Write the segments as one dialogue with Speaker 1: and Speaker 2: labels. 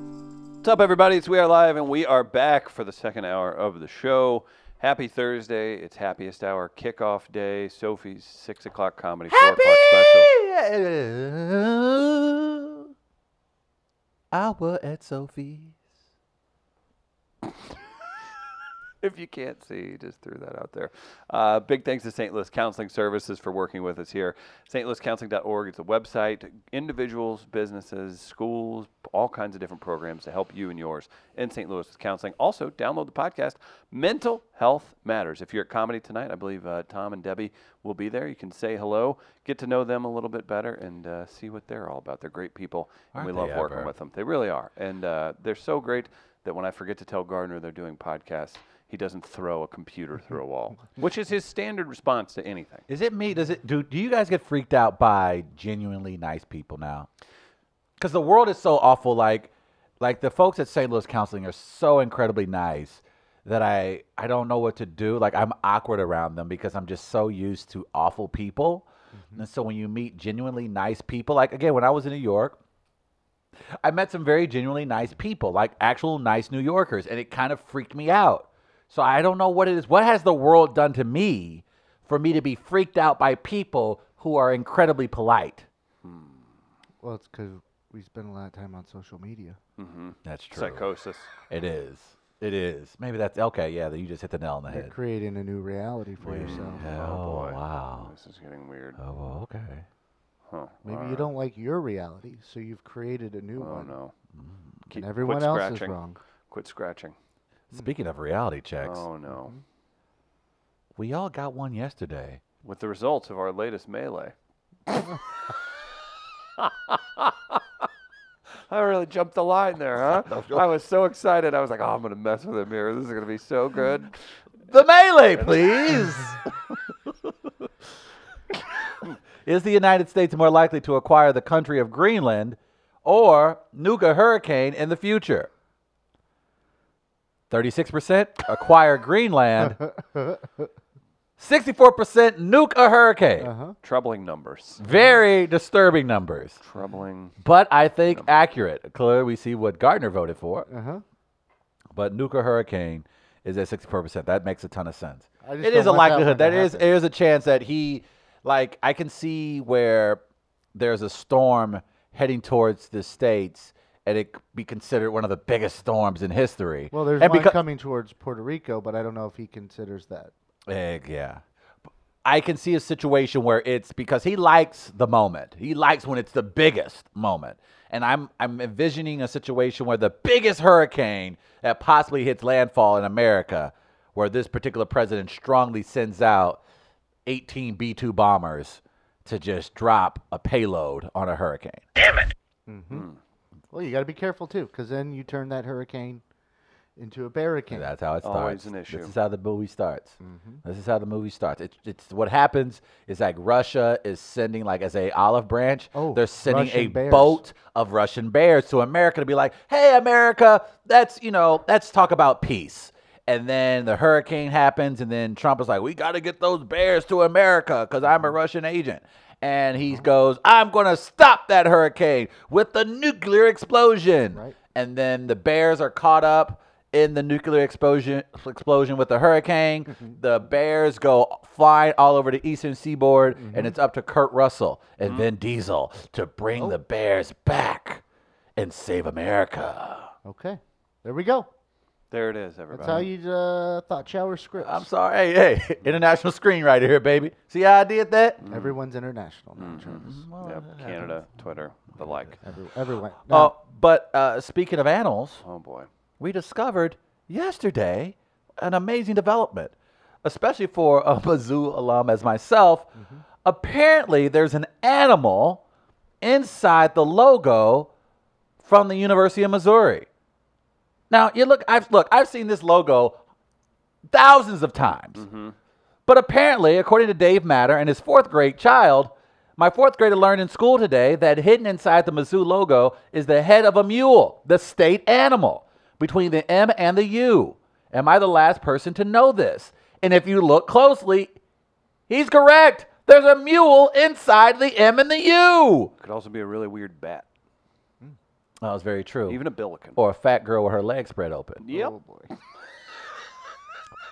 Speaker 1: What's up, everybody? It's We Are Live, and we are back for the second hour of the show. Happy Thursday. It's happiest hour kickoff day. Sophie's 6 o'clock comedy, 4 o'clock special.
Speaker 2: Happy hour at Sophie's.
Speaker 1: If you can't see, just threw that out there. Uh, big thanks to St. Louis Counseling Services for working with us here. stlouiscounseling.org is the website. Individuals, businesses, schools, all kinds of different programs to help you and yours in St. Louis with counseling. Also, download the podcast, Mental Health Matters. If you're at comedy tonight, I believe uh, Tom and Debbie will be there. You can say hello, get to know them a little bit better, and uh, see what they're all about. They're great people, and we
Speaker 2: Aren't
Speaker 1: love
Speaker 2: they
Speaker 1: working
Speaker 2: ever?
Speaker 1: with them. They really are. And uh, they're so great that when I forget to tell Gardner they're doing podcasts, he doesn't throw a computer through a wall, which is his standard response to anything.
Speaker 2: Is it me? Does it do? Do you guys get freaked out by genuinely nice people now? Because the world is so awful. Like, like the folks at St. Louis Counseling are so incredibly nice that I I don't know what to do. Like I'm awkward around them because I'm just so used to awful people. And so when you meet genuinely nice people, like again when I was in New York, I met some very genuinely nice people, like actual nice New Yorkers, and it kind of freaked me out. So I don't know what it is. What has the world done to me for me to be freaked out by people who are incredibly polite?
Speaker 3: Well, it's because we spend a lot of time on social media.
Speaker 2: That's true.
Speaker 1: Psychosis.
Speaker 2: It is. It is. Maybe that's okay. Yeah, then you just hit the nail on the
Speaker 3: You're
Speaker 2: head.
Speaker 3: creating a new reality for yourself.
Speaker 2: oh
Speaker 1: boy.
Speaker 2: wow.
Speaker 1: This is getting weird.
Speaker 2: Oh well, okay.
Speaker 1: Huh.
Speaker 3: Maybe you
Speaker 1: Alright.
Speaker 3: don't like your reality, so you've created a new
Speaker 1: Oh
Speaker 3: one. Mm-hmm.
Speaker 1: no. Keep-
Speaker 3: And
Speaker 1: quit
Speaker 3: everyone else
Speaker 1: scratching.
Speaker 3: is wrong.
Speaker 1: Quit scratching.
Speaker 2: Speaking of reality checks,
Speaker 1: Oh no.
Speaker 3: Mm-hmm.
Speaker 2: we all got one yesterday.
Speaker 1: With the results of our latest melee. I really jumped the line there, huh? I was so excited. I was like, "Oh, I'm gonna mess with him here. This is gonna be so good."
Speaker 2: The melee, please. Is the United States more likely to acquire the country of Greenland or nuke a hurricane in the future? 36% acquire Greenland. 64% nuke a hurricane.
Speaker 3: Uh-huh.
Speaker 1: Troubling numbers.
Speaker 2: Very disturbing numbers,
Speaker 1: Troubling.
Speaker 2: but I think accurate. Clearly, we see what Gardner voted for,
Speaker 3: Uh huh.
Speaker 2: but nuke a hurricane is at 64%. That makes a ton of sense.
Speaker 3: I just
Speaker 2: it
Speaker 3: don't
Speaker 2: is a
Speaker 3: want that
Speaker 2: likelihood.
Speaker 3: one to
Speaker 2: That is
Speaker 3: happen.
Speaker 2: there is a chance that he like I can see where there's a storm heading towards the states and it c- be considered one of the biggest storms in history.
Speaker 3: Well, there's
Speaker 2: and
Speaker 3: one
Speaker 2: becau-
Speaker 3: coming towards Puerto Rico, but I don't know if he considers that.
Speaker 2: Eh, yeah. I can see a situation where it's because he likes the moment. He likes when it's the biggest moment. And I'm I'm envisioning a situation where the biggest hurricane that possibly hits landfall in America, where this particular president strongly sends out 18 B2 bombers to just drop a payload on a hurricane.
Speaker 3: Well, you got to be careful too, because then you turn that hurricane into a barricade.
Speaker 2: And that's how it starts.
Speaker 1: Always an issue.
Speaker 2: This is how the movie starts.
Speaker 3: Mm-hmm.
Speaker 2: This is how the movie starts. It's, it's what happens is like Russia is sending like as a olive branch.
Speaker 3: Oh,
Speaker 2: they're sending a
Speaker 3: Russian bears.
Speaker 2: boat of Russian bears to America to be like, hey America, let's you know let's talk about peace. And then the hurricane happens, and then Trump is like, we got to get those bears to America because I'm a
Speaker 3: Mm-hmm.
Speaker 2: Russian agent. And he goes, I'm going to stop that hurricane with the nuclear explosion
Speaker 3: Right.
Speaker 2: and then the bears are caught up in the nuclear explosion explosion with the hurricane. The bears go flying all over the eastern seaboard, and it's up to Kurt Russell and Vin Diesel to bring the bears back and save America.
Speaker 3: Okay, there we go.
Speaker 1: There it is,
Speaker 3: That's
Speaker 1: everybody.
Speaker 3: how you uh, thought shower scripts.
Speaker 2: I'm sorry, hey, hey, international screenwriter here, baby. See how I did that?
Speaker 1: Mm.
Speaker 3: Everyone's international now, Travis.
Speaker 1: Yep, Canada, Twitter, the like.
Speaker 3: Every- everyone. No,
Speaker 2: Uh, but uh, speaking of animals,
Speaker 1: Oh boy.
Speaker 2: we discovered yesterday an amazing development, especially for a Mizzou alum as myself. Apparently, there's an animal inside the logo from the University of Missouri. Now, you look, I've look, I've seen this logo thousands of times. But apparently, according to Dave Matter and his fourth grade child, my fourth grader learned in school today that hidden inside the Mizzou logo is the head of a mule, the state animal, between the M and the U. Am I the last person to know this? And if you look closely, he's correct. There's a mule inside the M and the U.
Speaker 1: Could also be a really weird bat.
Speaker 2: That was very true.
Speaker 1: Even a Billiken.
Speaker 2: or a fat girl with her legs spread open.
Speaker 1: yep.
Speaker 3: Oh boy.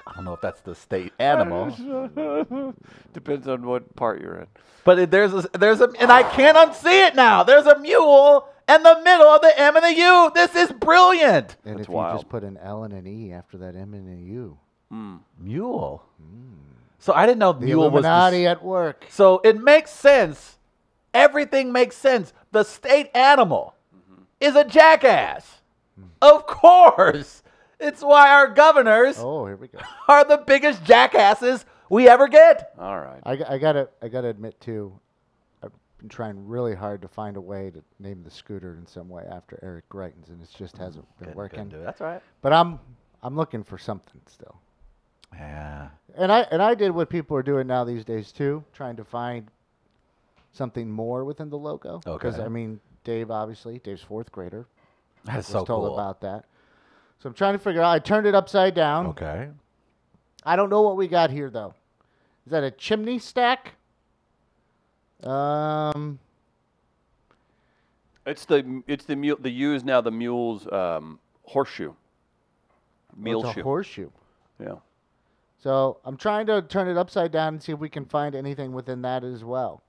Speaker 2: I don't know if that's the state animal,
Speaker 1: Depends on what part you're in.
Speaker 2: but it, there's a, there's a and I can't unsee it now. There's a mule in the middle of the M and the U. This is brilliant.
Speaker 3: And
Speaker 1: That's
Speaker 3: if you
Speaker 1: wild.
Speaker 3: just put an L and an E after that M and a U,
Speaker 1: Hmm,
Speaker 2: Mule. So I didn't know
Speaker 3: Hmm. the
Speaker 2: mule was. the s-
Speaker 3: Illuminati at work.
Speaker 2: so it makes sense. Everything makes sense. The state animal
Speaker 3: Mm-hmm.
Speaker 2: is a jackass.
Speaker 3: Hmm.
Speaker 2: Of course. It's why our governors
Speaker 3: Oh, here we go.
Speaker 2: are the biggest jackasses we ever get.
Speaker 1: All right.
Speaker 3: I, g- I gotta I gotta admit too, I've been trying really hard to find a way to name the scooter in some way after Eric Greitens, and it just
Speaker 2: Mm-hmm.
Speaker 3: hasn't been working.
Speaker 2: That's right.
Speaker 3: But I'm I'm looking for something still.
Speaker 2: Yeah.
Speaker 3: And I and I did what people are doing now these days too, trying to find something more within the logo. Because
Speaker 2: Okay.
Speaker 3: I mean, Dave obviously Dave's fourth grader
Speaker 2: That's
Speaker 3: was
Speaker 2: so
Speaker 3: told
Speaker 2: cool.
Speaker 3: about that. So I'm trying to figure out. I turned it upside down.
Speaker 2: Okay.
Speaker 3: I don't know what we got here though. Is that a chimney stack? Um,
Speaker 1: It's the it's the mule. The U is now the mule's um, horseshoe.
Speaker 2: Oh,
Speaker 3: well,
Speaker 1: Mule
Speaker 3: it's a
Speaker 1: shoe.
Speaker 3: horseshoe.
Speaker 1: yeah.
Speaker 3: So I'm trying to turn it upside down and see if we can find anything within that as well.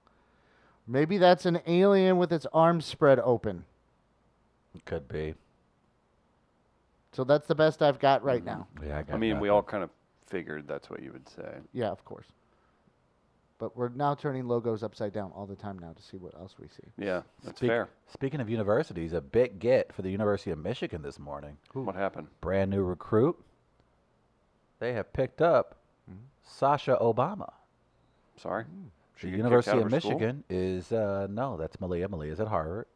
Speaker 3: Maybe that's an alien with its arms spread open.
Speaker 2: Could be.
Speaker 3: So that's the best I've got
Speaker 2: Hmm.
Speaker 3: right now.
Speaker 2: Yeah,
Speaker 1: I mean, we all kind of figured that's what you would say.
Speaker 3: Yeah, of course. But we're now turning logos upside down all the time now to see what else we see.
Speaker 1: Yeah, that's fair.
Speaker 2: Speaking of universities, a big get for the University of Michigan this morning.
Speaker 1: What happened?
Speaker 2: Brand new recruit. They have picked up
Speaker 1: Mm-hmm.
Speaker 2: Sasha Obama.
Speaker 1: Sorry. She
Speaker 2: Hmm. The
Speaker 1: get kicked
Speaker 2: University
Speaker 1: out
Speaker 2: of
Speaker 1: her school?
Speaker 2: Michigan is uh, no, that's Malia. Malia's at Harvard,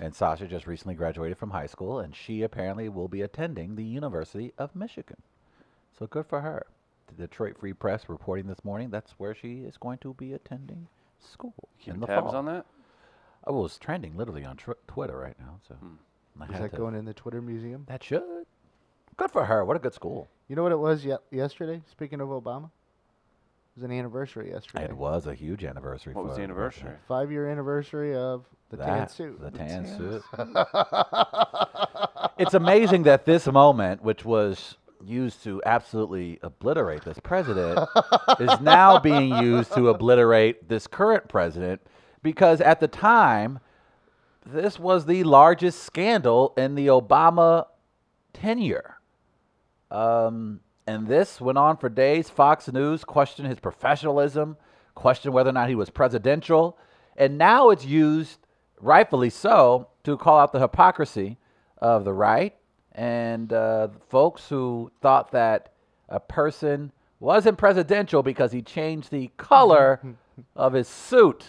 Speaker 2: and Sasha just recently graduated from high school, and she apparently will be attending the University of Michigan. So good for her. The Detroit Free Press reporting this morning that's where she is going to be attending school in
Speaker 1: Keeping
Speaker 2: the
Speaker 1: tabs
Speaker 2: fall.
Speaker 1: on that.
Speaker 2: Oh, well, it's trending literally on tr- Twitter right now. So
Speaker 1: Hmm.
Speaker 2: I
Speaker 3: Is
Speaker 2: had
Speaker 3: that
Speaker 2: to-
Speaker 3: going in the Twitter museum?
Speaker 2: That should. Good for her. What a good school.
Speaker 3: You know what it was ye- yesterday? Speaking of Obama, it was an anniversary yesterday.
Speaker 2: It was a huge anniversary.
Speaker 1: What
Speaker 2: for
Speaker 1: was the
Speaker 2: her.
Speaker 1: anniversary?
Speaker 3: Five year anniversary of the tan
Speaker 2: That-
Speaker 3: suit.
Speaker 2: The tan suit. it's amazing that this moment, which was used to absolutely obliterate this president, is now being used to obliterate this current president because at the time, this was the largest scandal in the Obama tenure. Um, and this went on for days. Fox News questioned his professionalism, questioned whether or not he was presidential. And now it's used, rightfully so, to call out the hypocrisy of the right and uh, folks who thought that a person wasn't presidential because he changed the color of his suit.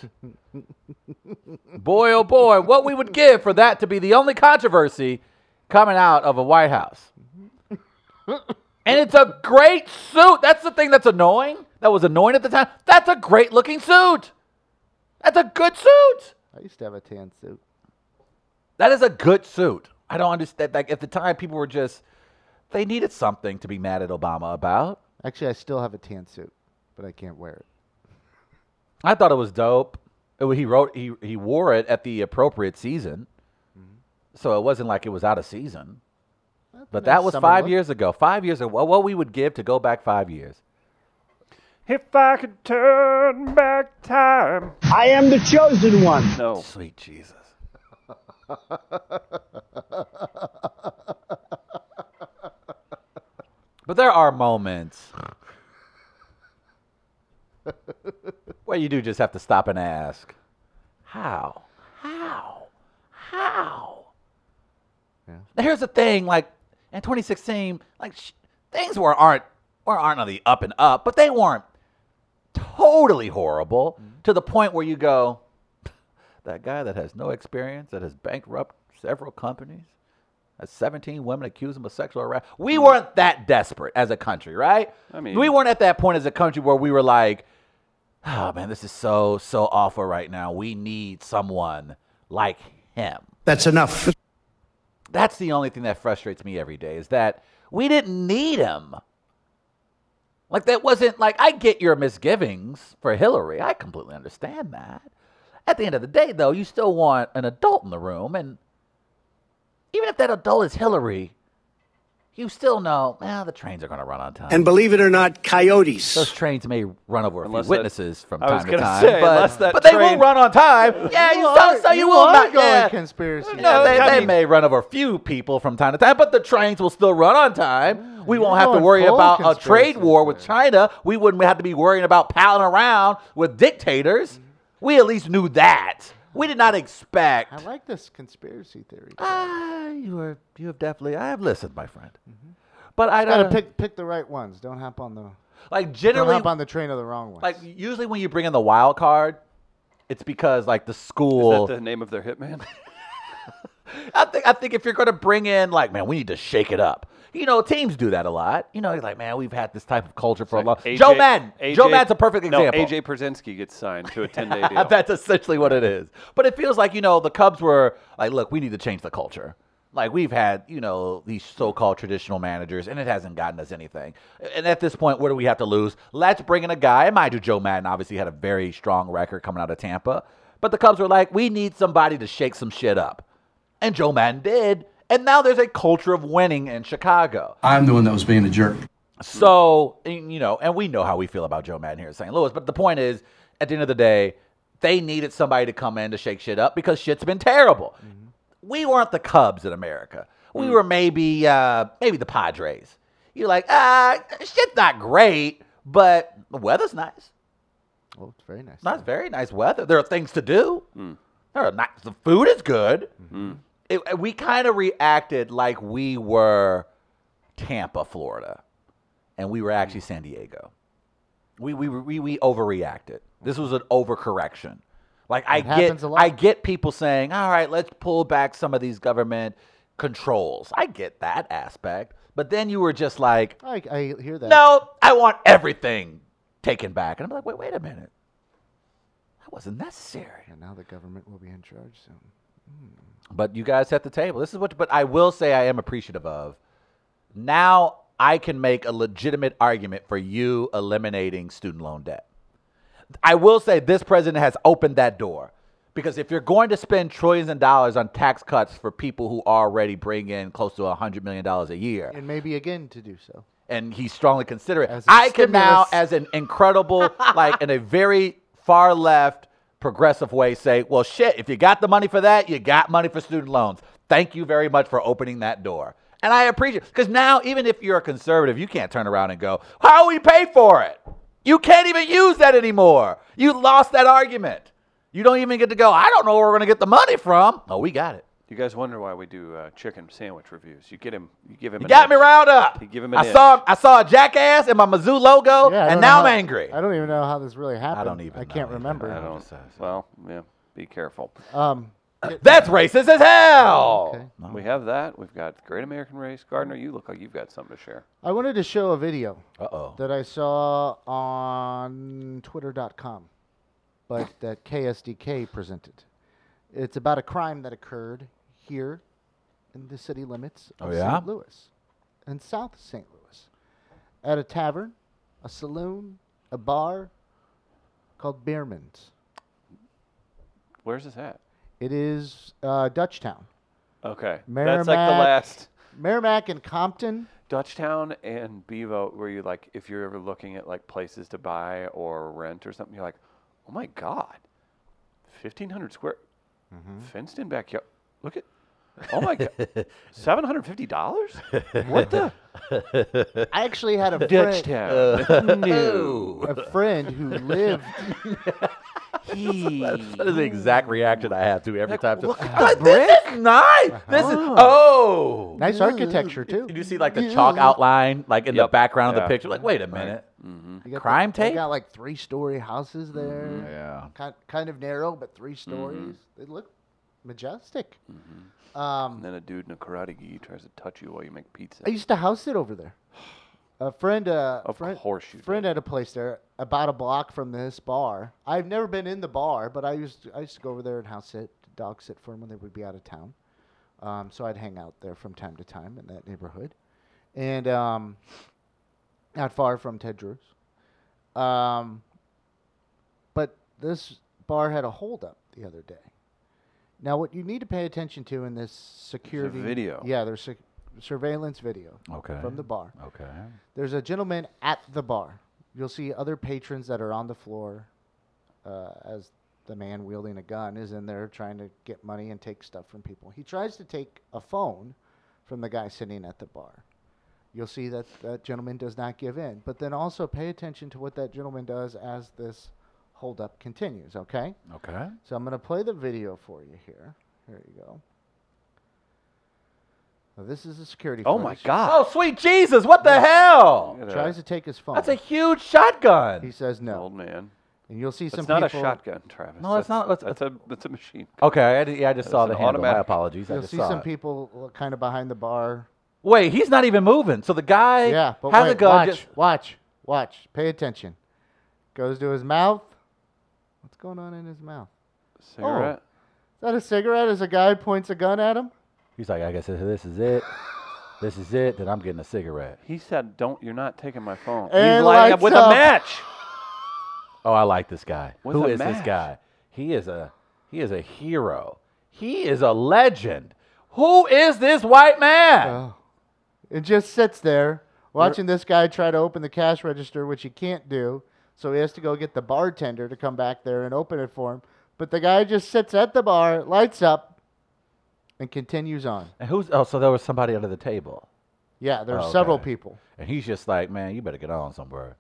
Speaker 2: boy, oh boy, what we would give for that to be the only controversy coming out of a White House. And it's a great suit. That's the thing that's annoying. That was annoying at the time. That's a great looking suit. That's a good suit.
Speaker 3: I used to have a tan suit.
Speaker 2: That is a good suit. I don't understand. Like at the time, people were just they needed something to be mad at Obama about.
Speaker 3: Actually, I still have a tan suit, but I can't wear it.
Speaker 2: I thought it was dope. It wa- he wrote he he wore it at the appropriate season, so it wasn't like it was out of season.
Speaker 3: Mm-hmm. That's a
Speaker 2: But
Speaker 3: nice
Speaker 2: that was
Speaker 3: summer
Speaker 2: five
Speaker 3: look.
Speaker 2: years ago. Five years ago, what what we would give to go back five years.
Speaker 1: If I could turn back time.
Speaker 4: I am the chosen one.
Speaker 1: No.
Speaker 2: Sweet Jesus. but there are moments where you do just have to stop and ask, how? How? How?
Speaker 3: Yeah.
Speaker 2: Now, Here's the thing, like in 2016, like sh- things were aren't were aren't on the up and up, but they weren't totally horrible
Speaker 1: Mm-hmm.
Speaker 2: to the point where you go, that guy that has no experience, that has bankrupt several companies, has 17 women accuse him of sexual harassment. We weren't that desperate as a country, right?
Speaker 1: Mm. I mean-
Speaker 2: we weren't at that point as a country where we were like, oh man, this is so, so awful right now. We need someone like him.
Speaker 4: That's enough.
Speaker 2: That's the only thing that frustrates me every day is that we didn't need him. Like that wasn't like I get your misgivings for Hillary. I completely understand that. At the end of the day though, you still want an adult in the room and even if that adult is Hillary, you still know, well, the trains are going to run on time.
Speaker 4: And believe it or not,
Speaker 2: those
Speaker 4: coyotes.
Speaker 2: trains may run over a few
Speaker 1: Unless that-
Speaker 2: witnesses from
Speaker 1: I was
Speaker 2: time to
Speaker 1: gonna
Speaker 2: time,
Speaker 1: say, unless
Speaker 2: but,
Speaker 1: that
Speaker 2: but they will
Speaker 1: train-
Speaker 2: run on time. Yeah, you, so,
Speaker 3: are-
Speaker 2: so you,
Speaker 3: you
Speaker 2: will
Speaker 3: are
Speaker 2: not
Speaker 3: going
Speaker 2: yeah.
Speaker 3: conspiracy.
Speaker 2: No, they,
Speaker 1: I
Speaker 2: they
Speaker 1: mean-
Speaker 2: may run over a few people from time to time, but the trains will still run on time. We won't
Speaker 3: you're
Speaker 2: have to
Speaker 3: going
Speaker 2: worry
Speaker 3: full
Speaker 2: about a
Speaker 3: conspiracy
Speaker 2: trade war with
Speaker 3: theory.
Speaker 2: China. We wouldn't have to be worrying about palling around with dictators. We at least knew that. We did not expect.
Speaker 3: Mm-hmm. I like this conspiracy theory.
Speaker 2: Ah, you are you have definitely I have listened, my friend. But I
Speaker 3: Mm-hmm. Gotta
Speaker 2: don't
Speaker 3: pick pick the right ones. Don't hop on the
Speaker 2: like
Speaker 3: don't
Speaker 2: generally
Speaker 3: hop on the train of the wrong ones.
Speaker 2: like usually when you bring in the wild card, it's because like the
Speaker 1: Is
Speaker 2: school.
Speaker 1: that the name of their hitman?
Speaker 2: I think I think if you're gonna bring in like man, we need to shake it up. You know, teams do that a lot. You know, you're like man, we've had this type of culture for a long.
Speaker 1: AJ
Speaker 2: Joe Madden.
Speaker 1: AJ
Speaker 2: Joe Madden's a perfect
Speaker 1: no,
Speaker 2: example.
Speaker 1: AJ Przinsky gets signed to a 10 day deal.
Speaker 2: That's essentially what it is. But it feels like, you know, the Cubs were like, look, we need to change the culture. Like we've had, you know, these so-called traditional managers, and it hasn't gotten us anything. And at this point, what do we have to lose? Let's bring in a guy. And mind you, Joe Madden obviously had a very strong record coming out of Tampa, but the Cubs were like, we need somebody to shake some shit up, and Joe Madden did. And now there's a culture of winning in Chicago.
Speaker 5: I'm the one that was being a jerk.
Speaker 2: So, and, you know, and we know how we feel about Joe Madden here in St. Louis, but the point is, at the end of the day, they needed somebody to come in to shake shit up because shit's been terrible. We weren't the Cubs in America. We were maybe uh, maybe the Padres. You're like, ah, shit's not great, but the weather's nice.
Speaker 3: oh, it's very nice.
Speaker 2: Nice, very nice weather. There are things to do. There are not, the food is good. It- it- we kind of reacted like we were Tampa, Florida, and we were actually San Diego. We we, we we overreacted. This was an overcorrection. Like I
Speaker 3: happens
Speaker 2: get
Speaker 3: a lot.
Speaker 2: I get people saying, "All right, let's pull back some of these government controls." I get that aspect, but then you were just like,
Speaker 3: I, I hear that.
Speaker 2: no, I want everything taken back. And I'm like, wait, wait a minute. That wasn't necessary.
Speaker 3: And now the government will be in charge soon.
Speaker 2: But you guys at the table. This is what but I will say I am appreciative of. Now I can make a legitimate argument for you eliminating student loan debt. I will say this president has opened that door. Because if you're going to spend trillions of dollars on tax cuts for people who already bring in close to $100 million a year,
Speaker 3: And maybe again to do so.
Speaker 2: and he's strongly considerate.
Speaker 3: As a
Speaker 2: I can now,
Speaker 3: stimulus.
Speaker 2: as an incredible, like in a very far left progressive way, say, well, shit, if you got the money for that, you got money for student loans. Thank you very much for opening that door. And I appreciate because now, even if you're a conservative, you can't turn around and go, how we pay for it? You can't even use that anymore. You lost that argument. You don't even get to go, I don't know where we're going to get the money from. Oh, we got it.
Speaker 1: You guys wonder why we do uh, chicken sandwich reviews. You get him, you give him.
Speaker 2: You
Speaker 1: an
Speaker 2: got
Speaker 1: inch.
Speaker 2: me riled up.
Speaker 1: You give him an
Speaker 2: I
Speaker 1: inch.
Speaker 2: saw I saw a jackass in my Mizzou logo,
Speaker 3: Yeah, I
Speaker 2: Oh, and
Speaker 3: don't know
Speaker 2: now I'm
Speaker 3: how-
Speaker 2: angry.
Speaker 3: I don't even know how this really happened.
Speaker 2: even
Speaker 3: I
Speaker 2: know
Speaker 3: can't
Speaker 2: either.
Speaker 3: remember.
Speaker 1: I don't. Well, yeah. Be careful.
Speaker 3: Um,
Speaker 2: That's racist as hell.
Speaker 3: Okay.
Speaker 1: We have that. We've got Great American Race. Gardner, you look like you've got something to share.
Speaker 3: I wanted to show a video
Speaker 2: Uh oh.
Speaker 3: that I saw on Twitter.com, but that KSDK presented. It's about a crime that occurred here in the city limits of
Speaker 2: Oh, yeah?
Speaker 3: St. Louis and South St. Louis at a tavern, a saloon, a bar called Beerman's.
Speaker 1: Where's this at?
Speaker 3: It is uh, Dutchtown.
Speaker 1: Okay, that's like the
Speaker 3: Merrimack.
Speaker 1: last
Speaker 3: Merrimack and Compton.
Speaker 1: Dutchtown and Bevo, where you like, if you're ever looking at like places to buy or rent or something, you're like, oh my god, fifteen hundred square, fenced in backyard. Look at, oh my god, seven hundred fifty dollars. What the
Speaker 3: I actually had a friend.
Speaker 1: Dutchtown?
Speaker 2: No.
Speaker 3: a friend who lived.
Speaker 2: That is the exact reaction I have to every time.
Speaker 1: look at
Speaker 2: But this is nice. This is oh.
Speaker 3: Uh-huh. Nice architecture too.
Speaker 2: Did you see like the chalk outline like in
Speaker 1: Yep.
Speaker 2: the background of
Speaker 1: Yeah.
Speaker 2: the picture? Like, wait a minute.
Speaker 1: Mm-hmm.
Speaker 3: You got the-
Speaker 2: Crime
Speaker 3: They
Speaker 2: tape? Mm-hmm.
Speaker 3: got like three-story houses there.
Speaker 2: Yeah.
Speaker 3: Kind, kind of narrow, but three
Speaker 1: Mm-hmm.
Speaker 3: stories. They look majestic.
Speaker 1: Mm-hmm. And
Speaker 3: Um,
Speaker 1: then a dude in a karate gi tries to touch you while you make pizza.
Speaker 3: I used to house sit over there. A friend, uh,
Speaker 1: Of
Speaker 3: friend,
Speaker 1: course you did.
Speaker 3: friend had a place there about a block from this bar. I've never been in the bar, but I used to, I used to go over there and house sit, dog sit for them when they would be out of town. Um, so I'd hang out there from time to time in that neighborhood, and um, not far from Ted Drew's. Um, but this bar had a holdup the other day, Now, what you need to pay attention to in this security
Speaker 1: video.
Speaker 3: yeah, there's sec- surveillance video
Speaker 2: Okay.
Speaker 3: from the bar.
Speaker 2: Okay.
Speaker 3: There's a gentleman at the bar. You'll see other patrons that are on the floor uh, as the man wielding a gun is in there trying to get money and take stuff from people. He tries to take a phone from the guy sitting at the bar. You'll see that that gentleman does not give in. But then also pay attention to what that gentleman does as this holdup continues, okay?
Speaker 2: Okay.
Speaker 3: So I'm going to play the video for you here. Here you go. Now, this is the security
Speaker 1: Oh my
Speaker 3: footage.
Speaker 1: God!
Speaker 2: Oh, sweet Jesus! What the hell?
Speaker 1: Look at
Speaker 3: Oh, Tries
Speaker 1: that
Speaker 3: to take his phone.
Speaker 2: That's a huge shotgun.
Speaker 3: He says no,
Speaker 1: old man.
Speaker 3: and you'll see some
Speaker 1: It's not a
Speaker 3: people.
Speaker 1: shotgun, Travis.
Speaker 2: No, it's
Speaker 1: That's-
Speaker 2: not- let's-
Speaker 1: That's a that's a machine.
Speaker 2: Okay, I, d- yeah, I just saw
Speaker 1: It's
Speaker 2: the
Speaker 1: an
Speaker 2: handle. My
Speaker 1: automatic-
Speaker 2: apologies. I
Speaker 3: You'll
Speaker 2: just
Speaker 3: see
Speaker 2: saw
Speaker 3: some
Speaker 2: it.
Speaker 3: people kind of behind the bar.
Speaker 2: Wait, he's not even moving. So the guy
Speaker 3: Yeah, but
Speaker 2: has
Speaker 3: wait,
Speaker 2: a gun.
Speaker 3: watch,
Speaker 2: just-
Speaker 3: watch, watch. Pay attention. Goes to his mouth. What's going on in his mouth?
Speaker 1: Cigarette.
Speaker 3: Is that a cigarette? As a guy points a gun at him.
Speaker 2: He's like, I guess this is it. this is it. Then I'm getting a cigarette.
Speaker 1: He said, "Don't. You're not taking my phone."
Speaker 3: And
Speaker 1: He's lighting up
Speaker 3: lights
Speaker 1: with
Speaker 3: up.
Speaker 1: a match.
Speaker 2: Oh, I like this guy.
Speaker 1: With
Speaker 2: Who
Speaker 1: a
Speaker 2: is this
Speaker 1: match.
Speaker 2: guy? He is a he is a hero. He is a legend. Who is this white man?
Speaker 1: Uh.
Speaker 3: Oh. It just sits there watching this guy try to open the cash register, which he can't do. So he has to go get the bartender to come back there and open it for him. But the guy just sits at the bar, lights up, and continues on.
Speaker 2: and who's oh? So there was somebody under the table,
Speaker 3: Yeah, there are
Speaker 2: Oh,
Speaker 3: several
Speaker 2: okay.
Speaker 3: people.
Speaker 2: and he's just like, man, you better get on somewhere.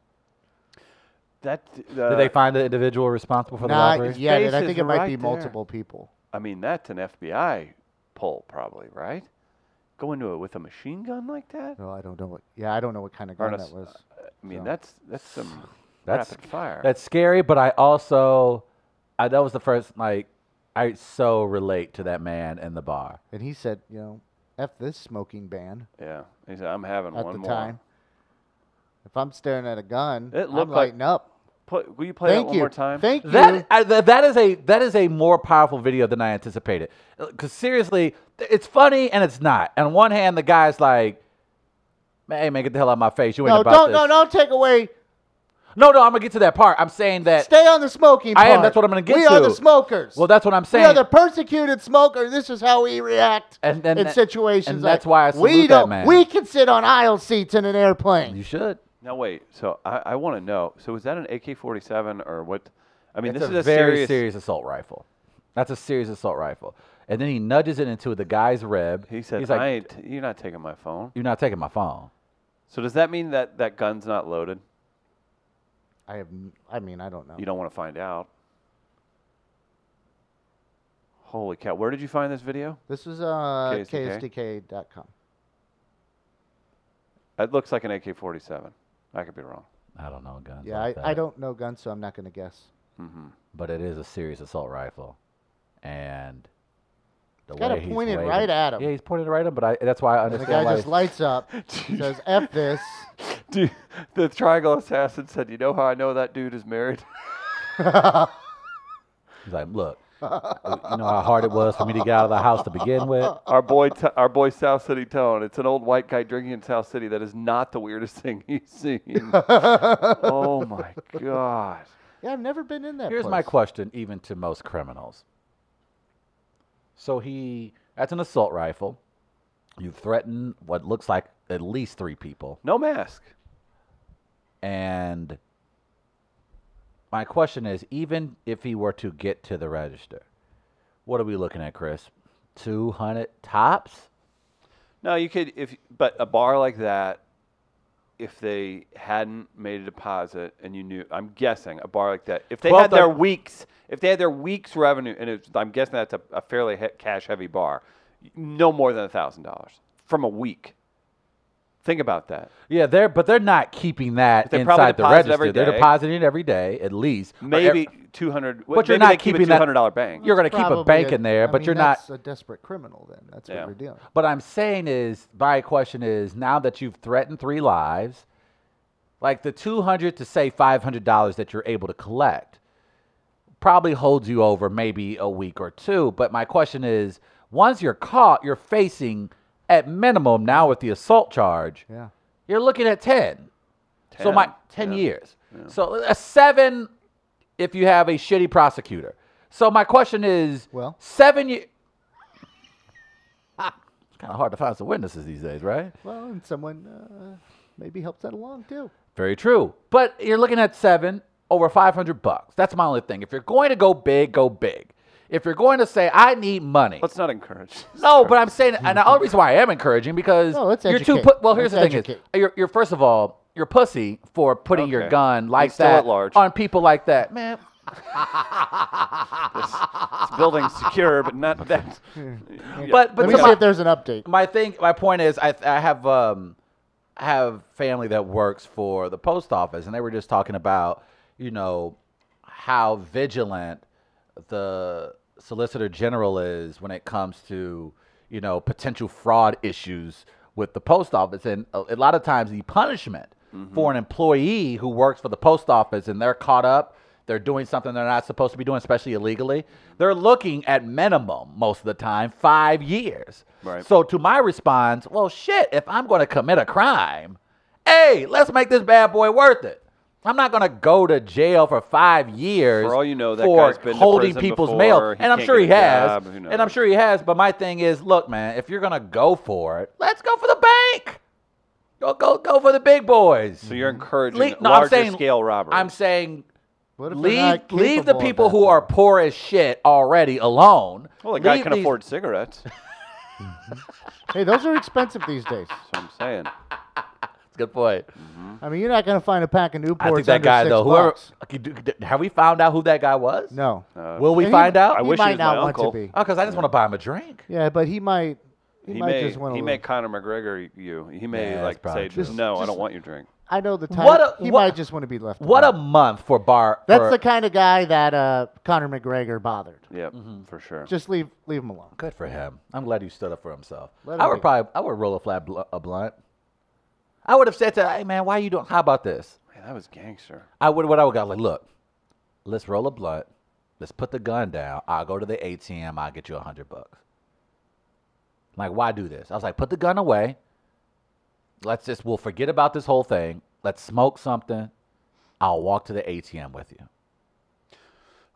Speaker 1: That.
Speaker 2: Did
Speaker 1: uh,
Speaker 2: they find the individual responsible for the
Speaker 3: Not
Speaker 2: robbery?
Speaker 3: yet.
Speaker 1: His
Speaker 3: And I
Speaker 1: face
Speaker 3: think
Speaker 1: is
Speaker 3: it might
Speaker 1: right
Speaker 3: be
Speaker 1: there.
Speaker 3: multiple people.
Speaker 1: I mean, that's an FBI poll, probably, right? Go into it with a machine gun like that.
Speaker 3: No, I don't know what. Yeah, I don't know what kind of gun
Speaker 1: Ernest,
Speaker 3: that was.
Speaker 1: I mean,
Speaker 3: So-
Speaker 1: that's that's some
Speaker 2: That's-
Speaker 1: rapid fire.
Speaker 2: That's scary, but I also, I that was the first like, I so relate to that man in the bar.
Speaker 3: And he said, you know, f this smoking ban
Speaker 1: yeah. He said, "I'm having
Speaker 3: at
Speaker 1: one
Speaker 3: the
Speaker 1: more."
Speaker 3: time. If I'm staring at a gun,
Speaker 1: It
Speaker 3: I'm
Speaker 1: looked like-
Speaker 3: lighting up.
Speaker 1: Play- will you play that
Speaker 3: Thank
Speaker 1: one
Speaker 3: you.
Speaker 1: more time?
Speaker 3: Thank you.
Speaker 2: That I, th- that is a that is a more powerful video than I anticipated. Because seriously, th- it's funny and it's not. On one hand, the guy's like, "Man, "Hey man, get the hell out of my face! You ain't
Speaker 3: no,
Speaker 2: about
Speaker 3: don't,
Speaker 2: this."
Speaker 3: no, don't take away.
Speaker 2: no, no. I'm gonna get to that part. I'm saying that.
Speaker 3: Stay on the smoking.
Speaker 2: I am.
Speaker 3: part.
Speaker 2: That's what I'm gonna get
Speaker 3: We are
Speaker 2: to.
Speaker 3: the smokers.
Speaker 2: well, that's what I'm
Speaker 3: we
Speaker 2: saying.
Speaker 3: are the persecuted smoker. This is how we react
Speaker 2: And- and
Speaker 3: in
Speaker 2: that-
Speaker 3: situations.
Speaker 2: and
Speaker 3: like-
Speaker 2: that's why I salute
Speaker 3: we
Speaker 2: that
Speaker 3: don't.
Speaker 2: man.
Speaker 3: We can sit on aisle seats in an airplane.
Speaker 2: you should.
Speaker 1: Now wait. So I, I want to know. So is that an AK-47 or what? I mean,
Speaker 2: It's
Speaker 1: this
Speaker 2: a
Speaker 1: is a
Speaker 2: very
Speaker 1: serious.
Speaker 2: assault rifle. That's a serious assault rifle. And then he nudges it into the guy's rib.
Speaker 1: He said,
Speaker 2: "He's
Speaker 1: I
Speaker 2: like,
Speaker 1: ain't, "You're not taking my phone."
Speaker 2: you're not taking my phone."
Speaker 1: So does that mean that that gun's not loaded?
Speaker 3: I have. n- I mean, I don't know.
Speaker 1: You don't want to find out. Holy cow! Where did you find this video?
Speaker 3: This was uh,
Speaker 1: KSDK?
Speaker 3: KSDK.com.
Speaker 1: It looks like an AK-47. I could be wrong.
Speaker 2: I don't know guns.
Speaker 3: Yeah, I,
Speaker 2: like
Speaker 3: I
Speaker 2: that.
Speaker 3: don't know guns, so I'm not going to guess.
Speaker 1: hmm
Speaker 2: But it is a serious assault rifle, and the
Speaker 3: Gotta
Speaker 2: way he's
Speaker 3: point it
Speaker 2: waving-
Speaker 3: right at him.
Speaker 2: Yeah, he's pointed right at him. But I, that's why I
Speaker 3: And the
Speaker 2: understand
Speaker 3: guy
Speaker 2: why.
Speaker 3: just lights up, says "f this."
Speaker 1: Dude, the triangle assassin said, "You know how I know that dude is married?"
Speaker 2: he's like, look, you know how hard it was for me to get out of the house to begin with.
Speaker 1: our boy, t- our boy, South City Tone. It's an old white guy drinking in South City. That is not the weirdest thing he's seen. oh my god!
Speaker 3: Yeah, I've never been in that.
Speaker 2: Here's my
Speaker 3: place.
Speaker 2: question, even to most criminals. So he, that's an assault rifle. You threaten what looks like at least three people,
Speaker 1: No mask.
Speaker 2: and my question is, even if he were to get to the register, what are we looking at, Chris? Two hundred tops.
Speaker 1: No, you could if, but a bar like that, if they hadn't made a deposit and you knew, I'm guessing a bar like that, if they
Speaker 2: Twelve
Speaker 1: had
Speaker 2: thou-
Speaker 1: their weeks, if they had their weeks revenue, and it's I'm guessing that's a, a fairly he- cash heavy bar, no more than a thousand dollars from a week. Think about that.
Speaker 2: Yeah, they're but they're not keeping that
Speaker 1: They probably
Speaker 2: inside the
Speaker 1: deposit
Speaker 2: register.
Speaker 1: every
Speaker 2: They're
Speaker 1: day.
Speaker 2: depositing it every day, at least. Or e-
Speaker 1: Maybe two hundred.
Speaker 2: but you're not keeping
Speaker 1: a two
Speaker 2: that-
Speaker 1: hundred dollar bank.
Speaker 2: You're gonna keep a
Speaker 3: Probably
Speaker 2: bank in there,
Speaker 3: I
Speaker 2: but
Speaker 3: mean,
Speaker 2: you're not.
Speaker 3: That's a desperate criminal. Then that's
Speaker 1: Yeah.
Speaker 3: what we're doing.
Speaker 2: But I'm saying is, my question is, now that you've threatened three lives, like the two hundred to say five hundred dollars that you're able to collect, probably holds you over maybe a week or two. But my question is, once you're caught, you're facing at minimum now with the assault charge.
Speaker 3: Yeah.
Speaker 2: You're looking at 10. So my
Speaker 1: 10,
Speaker 2: 10
Speaker 1: yeah.
Speaker 2: years. So a 7 if you have a shitty prosecutor. So my question is,
Speaker 3: Well?
Speaker 2: seven years. it's kind of hard to find some witnesses these days, right?
Speaker 3: Well, and someone uh, maybe helped that along too.
Speaker 2: Very true. But you're looking at seven over 500 bucks. That's my only thing. If you're going to go big, go big. If you're going to say, I need money.
Speaker 1: Let's not encourage. this.
Speaker 2: no, but I'm saying, and the only reason why I am encouraging because
Speaker 3: No, let's
Speaker 2: you're too.
Speaker 3: educate.
Speaker 2: Put, well, here's
Speaker 3: Let's
Speaker 2: the thing:
Speaker 3: educate.
Speaker 2: is you're, you're first of all, you're pussy for putting your
Speaker 1: Okay.
Speaker 2: gun like
Speaker 1: He's still
Speaker 2: that
Speaker 1: at large.
Speaker 2: on people like that, man.
Speaker 1: This building's secure, but not that. Yeah.
Speaker 2: But but
Speaker 3: Let
Speaker 2: to
Speaker 3: me see
Speaker 2: my-
Speaker 3: if there's an update.
Speaker 2: my thing my point is I, I have um I have family that works for the post office and they were just talking about you know how vigilant the solicitor general is when it comes to you know potential fraud issues with the post office and a, a lot of times the punishment for an employee who works for the post office and they're caught up they're doing something they're not supposed to be doing especially illegally they're looking at minimum most of the time 5 years
Speaker 1: Right.
Speaker 2: so to my response, well, shit, if I'm going to commit a crime, hey, let's make this bad boy worth it. I'm not going to go to jail for five years
Speaker 1: For all you know, that
Speaker 2: for
Speaker 1: guy's been to
Speaker 2: holding
Speaker 1: prison
Speaker 2: people's
Speaker 1: before,
Speaker 2: mail.
Speaker 1: he
Speaker 2: And I'm
Speaker 1: can't
Speaker 2: sure
Speaker 1: get
Speaker 2: he
Speaker 1: a
Speaker 2: has.
Speaker 1: job, who
Speaker 2: And I'm
Speaker 1: knows?
Speaker 2: sure he has. But my thing is, look, man, if you're going to go for it, let's go for the bank. Go, go, go for the big boys.
Speaker 1: So you're encouraging
Speaker 2: Le- no, I'm
Speaker 1: larger
Speaker 2: saying-
Speaker 1: scale robbery.
Speaker 2: I'm saying
Speaker 3: What if they're
Speaker 2: leave,
Speaker 3: not
Speaker 2: leave the
Speaker 3: capable of
Speaker 2: people
Speaker 3: that,
Speaker 2: who
Speaker 3: though?
Speaker 2: are poor as shit already alone.
Speaker 1: well, the guy
Speaker 2: Leave
Speaker 1: can
Speaker 2: these-
Speaker 1: afford cigarettes. That's
Speaker 3: Hey, those are expensive these days.
Speaker 1: what I'm saying.
Speaker 2: That's a good point.
Speaker 3: I mean, you're not going to find a pack of Newports.
Speaker 2: I think that
Speaker 3: under
Speaker 2: guy
Speaker 3: six
Speaker 2: though, whoever
Speaker 3: bucks.
Speaker 2: Okay, do- d- have we found out who that guy was?
Speaker 3: No.
Speaker 1: Uh,
Speaker 2: Will we
Speaker 3: And he-
Speaker 2: find out?
Speaker 1: I
Speaker 3: he
Speaker 1: wish he
Speaker 3: might
Speaker 1: was
Speaker 3: not
Speaker 1: my
Speaker 3: want
Speaker 1: uncle.
Speaker 3: to be.
Speaker 2: Oh, because I just want to buy him a drink.
Speaker 3: Yeah, but he might. He,
Speaker 1: he
Speaker 3: might
Speaker 1: may,
Speaker 3: just want to.
Speaker 1: he may Conor McGregor you. He may
Speaker 2: Yeah, that's
Speaker 1: like
Speaker 2: probably
Speaker 1: say,
Speaker 2: true.
Speaker 1: "No, I
Speaker 3: Just-
Speaker 1: don't want your drink."
Speaker 3: I know the type.
Speaker 2: What a-
Speaker 3: he
Speaker 2: what-
Speaker 3: might just want to be left.
Speaker 2: What a
Speaker 3: alone.
Speaker 2: month for bar.
Speaker 3: That's
Speaker 2: for-
Speaker 3: the kind of guy that uh, Conor McGregor bothered.
Speaker 1: Yep, for sure.
Speaker 3: Just leave leave him alone.
Speaker 2: good for him. I'm glad he stood up for himself.
Speaker 3: Let
Speaker 2: I
Speaker 3: him
Speaker 2: would
Speaker 3: be.
Speaker 2: probably I would roll a flat bl- a blunt. I would have said to, hey man, why you doing? How about this?
Speaker 1: Man, that was gangster.
Speaker 2: I would what I would go like, look, let's roll a blunt. Let's put the gun down. I'll go to the ATM. I'll get you a hundred bucks. Like, why do this? I was like, put the gun away. Let's just we'll forget about this whole thing. Let's smoke something. I'll walk to the ATM with you.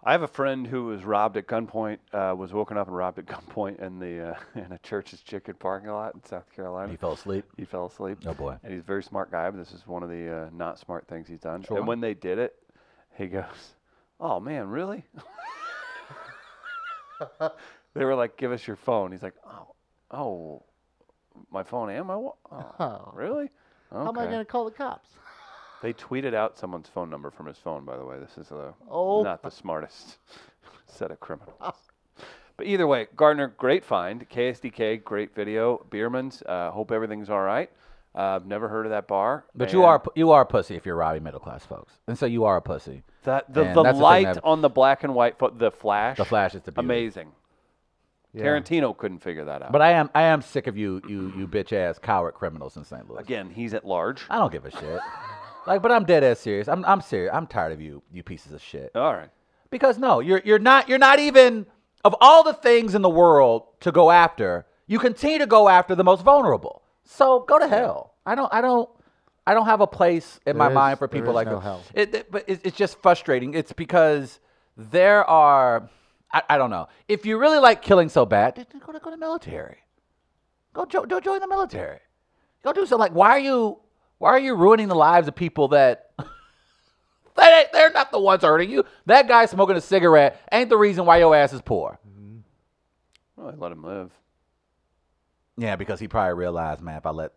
Speaker 1: I have a friend who was robbed at gunpoint. Uh, was woken up and robbed at gunpoint in the uh, in a church's chicken parking lot in South Carolina.
Speaker 2: You fell asleep.
Speaker 1: He fell asleep.
Speaker 2: Oh, boy.
Speaker 1: And he's a very smart guy, but this is one of the uh, not smart things he's done.
Speaker 2: Sure.
Speaker 1: And when they did it, he goes, "Oh man, really?" they were like, "Give us your phone." He's like, "Oh, oh, my phone and my wa- oh,
Speaker 3: Oh.
Speaker 1: really?" Okay.
Speaker 3: How am I going to call the cops?
Speaker 1: They tweeted out someone's phone number from his phone, by the way. This is a,
Speaker 3: Oh.
Speaker 1: not the smartest set of criminals. But either way, Gardner, great find. KSDK, great video. Beerman's, uh, hope everything's all right. Uh, I've never heard of that bar.
Speaker 2: But you
Speaker 1: and
Speaker 2: are you are a pussy if you're robbing middle class folks, and so you are a pussy.
Speaker 1: that the,
Speaker 2: and
Speaker 1: the
Speaker 2: that's the thing
Speaker 1: light
Speaker 2: that-
Speaker 1: on the black and white, fo- the flash.
Speaker 2: The flash is the beauty.
Speaker 1: amazing.
Speaker 3: Yeah.
Speaker 1: Tarantino couldn't figure that out.
Speaker 2: But I am I am sick of you you you bitch ass coward criminals in St. Louis.
Speaker 1: again, he's at large.
Speaker 2: I don't give a shit. like, but I'm dead ass serious. I'm I'm serious. I'm tired of you you pieces of shit.
Speaker 1: All right.
Speaker 2: Because no, you're you're not you're not even of all the things in the world to go after, you continue to go after the most vulnerable. So go to hell. I don't I don't I don't have a place in my
Speaker 3: There is-
Speaker 2: mind for
Speaker 3: there
Speaker 2: people
Speaker 3: is
Speaker 2: like
Speaker 3: no
Speaker 2: that.
Speaker 3: hell.
Speaker 2: It, it- but it, it's just frustrating. It's because there are I, I don't know. If you really like killing so bad, then go to go to military. Go jo- go join the military. Go do something like why are you why are you ruining the lives of people that they ain't, they're not the ones hurting you. That guy smoking a cigarette ain't the reason why your ass is poor.
Speaker 1: Well, I let him live.
Speaker 2: Yeah, because he probably realized, man, if I let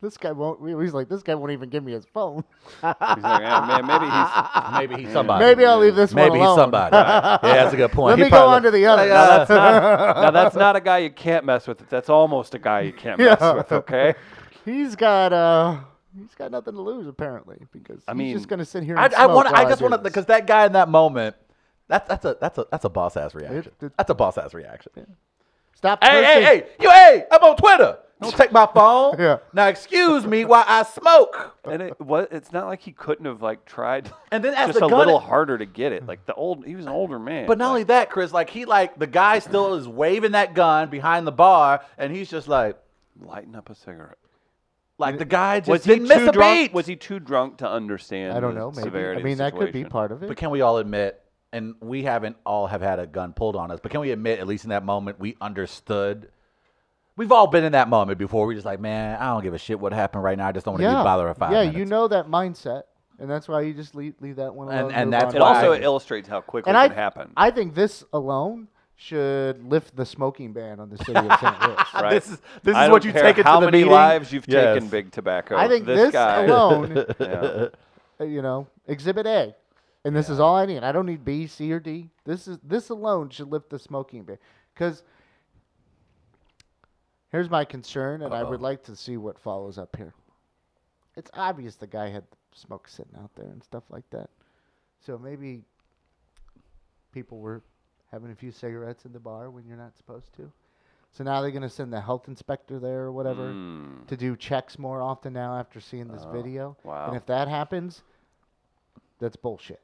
Speaker 3: This guy won't. He's like, this guy won't even give me his phone.
Speaker 1: He's like, "Ah, man, maybe he's.
Speaker 2: maybe he's somebody.
Speaker 3: Maybe I'll leave this
Speaker 2: Maybe
Speaker 3: one
Speaker 2: he's
Speaker 3: alone.
Speaker 2: somebody. yeah, that's a good point.
Speaker 3: Let
Speaker 2: He
Speaker 3: me go
Speaker 2: probably-
Speaker 3: on to the other.
Speaker 1: Now that's, not, now that's not a guy you can't mess with. That's almost a guy you can't mess
Speaker 3: Yeah.
Speaker 1: with. Okay.
Speaker 3: He's got uh, he's got nothing to lose apparently because
Speaker 1: I
Speaker 3: he's
Speaker 1: mean,
Speaker 3: just gonna sit here.
Speaker 2: I,
Speaker 3: And
Speaker 2: I
Speaker 3: smoke
Speaker 2: want.
Speaker 3: while
Speaker 2: I just
Speaker 3: do
Speaker 2: want to
Speaker 3: this.
Speaker 2: because that guy in that moment. That's that's a that's a that's a boss ass reaction.
Speaker 3: It- it-
Speaker 2: that's a boss ass reaction.
Speaker 3: stop.
Speaker 2: Hey, hey,
Speaker 3: cursing.
Speaker 2: hey, you, hey! I'm on Twitter. Don't take my phone.
Speaker 3: Yeah.
Speaker 2: Now excuse me while I smoke.
Speaker 1: And it was, it's not like he couldn't have like tried
Speaker 2: And then as
Speaker 1: just
Speaker 2: the
Speaker 1: a
Speaker 2: gun-
Speaker 1: little harder to get it. Like the old he was an older man.
Speaker 2: But not only
Speaker 1: like,
Speaker 2: that, Chris, like he like the guy still is waving that gun behind the bar, and he's just like,
Speaker 1: lighten up a cigarette.
Speaker 2: like the guy just
Speaker 1: Was he
Speaker 2: didn't miss
Speaker 1: too
Speaker 2: a
Speaker 1: drunk?
Speaker 2: beat.
Speaker 1: Was he too drunk to understand
Speaker 3: I don't
Speaker 1: the
Speaker 3: know. Maybe.
Speaker 1: severity
Speaker 3: I
Speaker 1: of
Speaker 3: mean,
Speaker 1: the
Speaker 3: that could be
Speaker 1: situation?
Speaker 3: part of it.
Speaker 2: But can we all admit and we haven't all have had a gun pulled on us, but can we admit, at least in that moment, we understood. We've all been in that moment before. We're just like, man, I don't give a shit what happened right now. I just don't want to
Speaker 3: yeah.
Speaker 2: be bothered for five
Speaker 3: yeah,
Speaker 2: minutes.
Speaker 3: you know that mindset, and that's why you just leave, leave that one
Speaker 2: And-
Speaker 3: alone.
Speaker 2: and
Speaker 3: move
Speaker 2: that's
Speaker 1: It
Speaker 3: on.
Speaker 2: why-
Speaker 1: also illustrates how quickly
Speaker 3: and
Speaker 1: it
Speaker 3: I,
Speaker 1: can happen.
Speaker 3: I think this alone should lift the smoking ban on the city of St. Louis.
Speaker 1: right?
Speaker 2: This is this
Speaker 1: I
Speaker 2: is what
Speaker 1: don't
Speaker 2: you
Speaker 1: care
Speaker 2: take it
Speaker 1: how
Speaker 2: to the
Speaker 1: many
Speaker 2: meeting.
Speaker 1: lives you've
Speaker 2: Yes.
Speaker 1: taken, Big Tobacco.
Speaker 3: I think
Speaker 1: this,
Speaker 3: this,
Speaker 1: guy.
Speaker 3: alone,
Speaker 1: Yeah.
Speaker 3: uh, you know, Exhibit A, and this is all I need. I don't need B, C, or D. This is this alone should lift the smoking ban. Because here's my concern, and I would like to see what follows up here. It's obvious the guy had smoke sitting out there and stuff like that. So maybe people were having a few cigarettes in the bar when you're not supposed to. So now they're going to send the health inspector there or whatever
Speaker 1: Mm.
Speaker 3: to do checks more often now after seeing this
Speaker 1: Oh,
Speaker 3: video.
Speaker 1: wow.
Speaker 3: And if that happens, that's bullshit.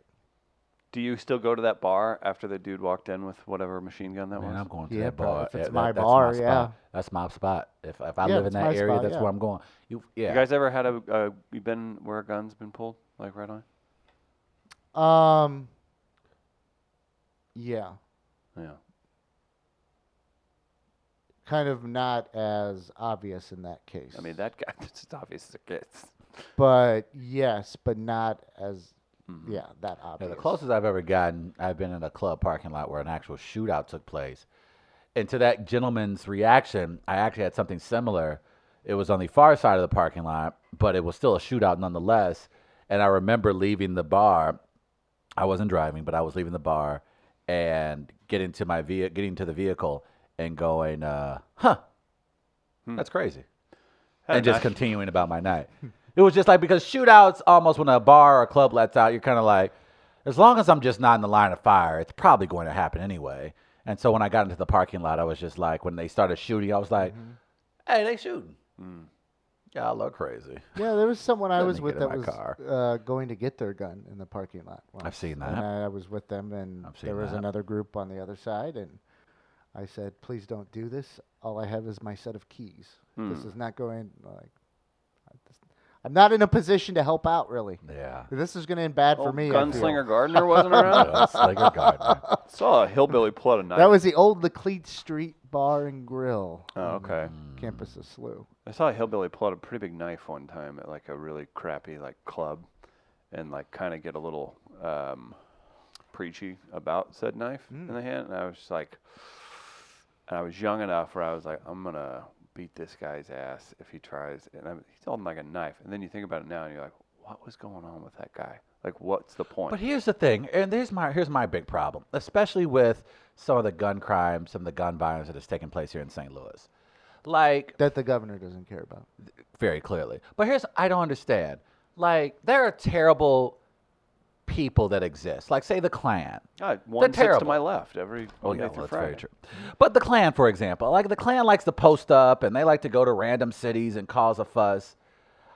Speaker 1: Do you still go to that bar after the dude walked in with whatever machine gun that
Speaker 2: Man,
Speaker 1: was?
Speaker 2: I'm going to
Speaker 3: Yeah,
Speaker 2: that
Speaker 3: bro,
Speaker 2: bar.
Speaker 3: if it's
Speaker 2: Yeah,
Speaker 3: my
Speaker 2: that's
Speaker 3: bar,
Speaker 2: spot.
Speaker 3: yeah.
Speaker 2: That's my spot. If, if I
Speaker 3: Yeah,
Speaker 2: live in
Speaker 3: it's
Speaker 2: that
Speaker 3: my
Speaker 2: area,
Speaker 3: spot,
Speaker 2: that's
Speaker 3: yeah.
Speaker 2: where I'm going. You, yeah.
Speaker 1: You guys ever had a uh, you been where a gun's been pulled like right on?
Speaker 3: Um, yeah,
Speaker 1: Yeah.
Speaker 3: kind of not as obvious in that case.
Speaker 1: I mean that guy. It's as obvious as it gets.
Speaker 3: but yes, but not as
Speaker 1: Mhm.
Speaker 3: yeah that
Speaker 2: Yeah,
Speaker 3: obvious.
Speaker 2: the closest I've ever gotten, I've been in a club parking lot where an actual shootout took place. And to that gentleman's reaction, I actually had something similar. It was on the far side of the parking lot, but it was still a shootout nonetheless. And I remember leaving the bar. I wasn't driving, but I was leaving the bar and getting to my ve- getting to the vehicle and going, uh, huh, that's crazy
Speaker 1: Hmm. Had
Speaker 2: and
Speaker 1: a
Speaker 2: just
Speaker 1: nice-
Speaker 2: continuing about my night. It was just like because shootouts almost when a bar or club lets out, you're kind of like, as long as I'm just not in the line of fire, it's probably going to happen anyway. And so when I got into the parking lot, I was just like, when they started shooting, I was like,
Speaker 1: Mm-hmm.
Speaker 2: hey, they shooting.
Speaker 1: Hmm.
Speaker 2: Y'all are crazy.
Speaker 3: Yeah, there was someone I
Speaker 2: Let
Speaker 3: was
Speaker 2: me
Speaker 3: with
Speaker 2: get in
Speaker 3: that
Speaker 2: my
Speaker 3: was
Speaker 2: car.
Speaker 3: uh, going to get their gun in the parking lot. Once.
Speaker 2: seen
Speaker 3: And
Speaker 2: that.
Speaker 3: I, I was with them, and
Speaker 2: I've
Speaker 3: there
Speaker 2: seen
Speaker 3: was
Speaker 2: that.
Speaker 3: another group on the other side, and I said, "Please don't do this. All I have is my set of keys.
Speaker 1: Hmm.
Speaker 3: This is not going like. I just- I'm not in a position to help out really.
Speaker 2: Yeah.
Speaker 3: This is going to end bad for
Speaker 1: Old
Speaker 3: me. I feel.
Speaker 1: Gunslinger Gardner wasn't around.
Speaker 2: Yeah, it's like a gardener.
Speaker 1: Saw a hillbilly pull out a knife.
Speaker 3: That was the old Laclede Street Bar and Grill,
Speaker 1: Oh, okay.
Speaker 2: Hmm.
Speaker 3: campus of SLU.
Speaker 1: I saw a hillbilly pull out a pretty big knife one time at like a really crappy like club, and like kind of get a little um, preachy about said knife
Speaker 2: Mm.
Speaker 1: in the hand. And I was just like, and I was young enough where I was like, I'm gonna beat this guy's ass if he tries. And I'm, he's holding like a knife. And then you think about it now, and you're like, what was going on with that guy? Like, what's the point?
Speaker 2: But here's the thing, and here's my here's my big problem, especially with some of the gun crimes, some of the gun violence that has taken place here in St. Louis. Like
Speaker 3: That the governor doesn't care about.
Speaker 2: very clearly. But here's I don't understand. Like there are terrible people that exist. Like say the Klan.
Speaker 1: God, one sits to
Speaker 2: terrible. Oh,
Speaker 1: my left every Oh, Monday through
Speaker 2: well, that's
Speaker 1: Friday.
Speaker 2: very true. But the Klan, for example, like the Klan likes to post up and they like to go to random cities and cause a fuss.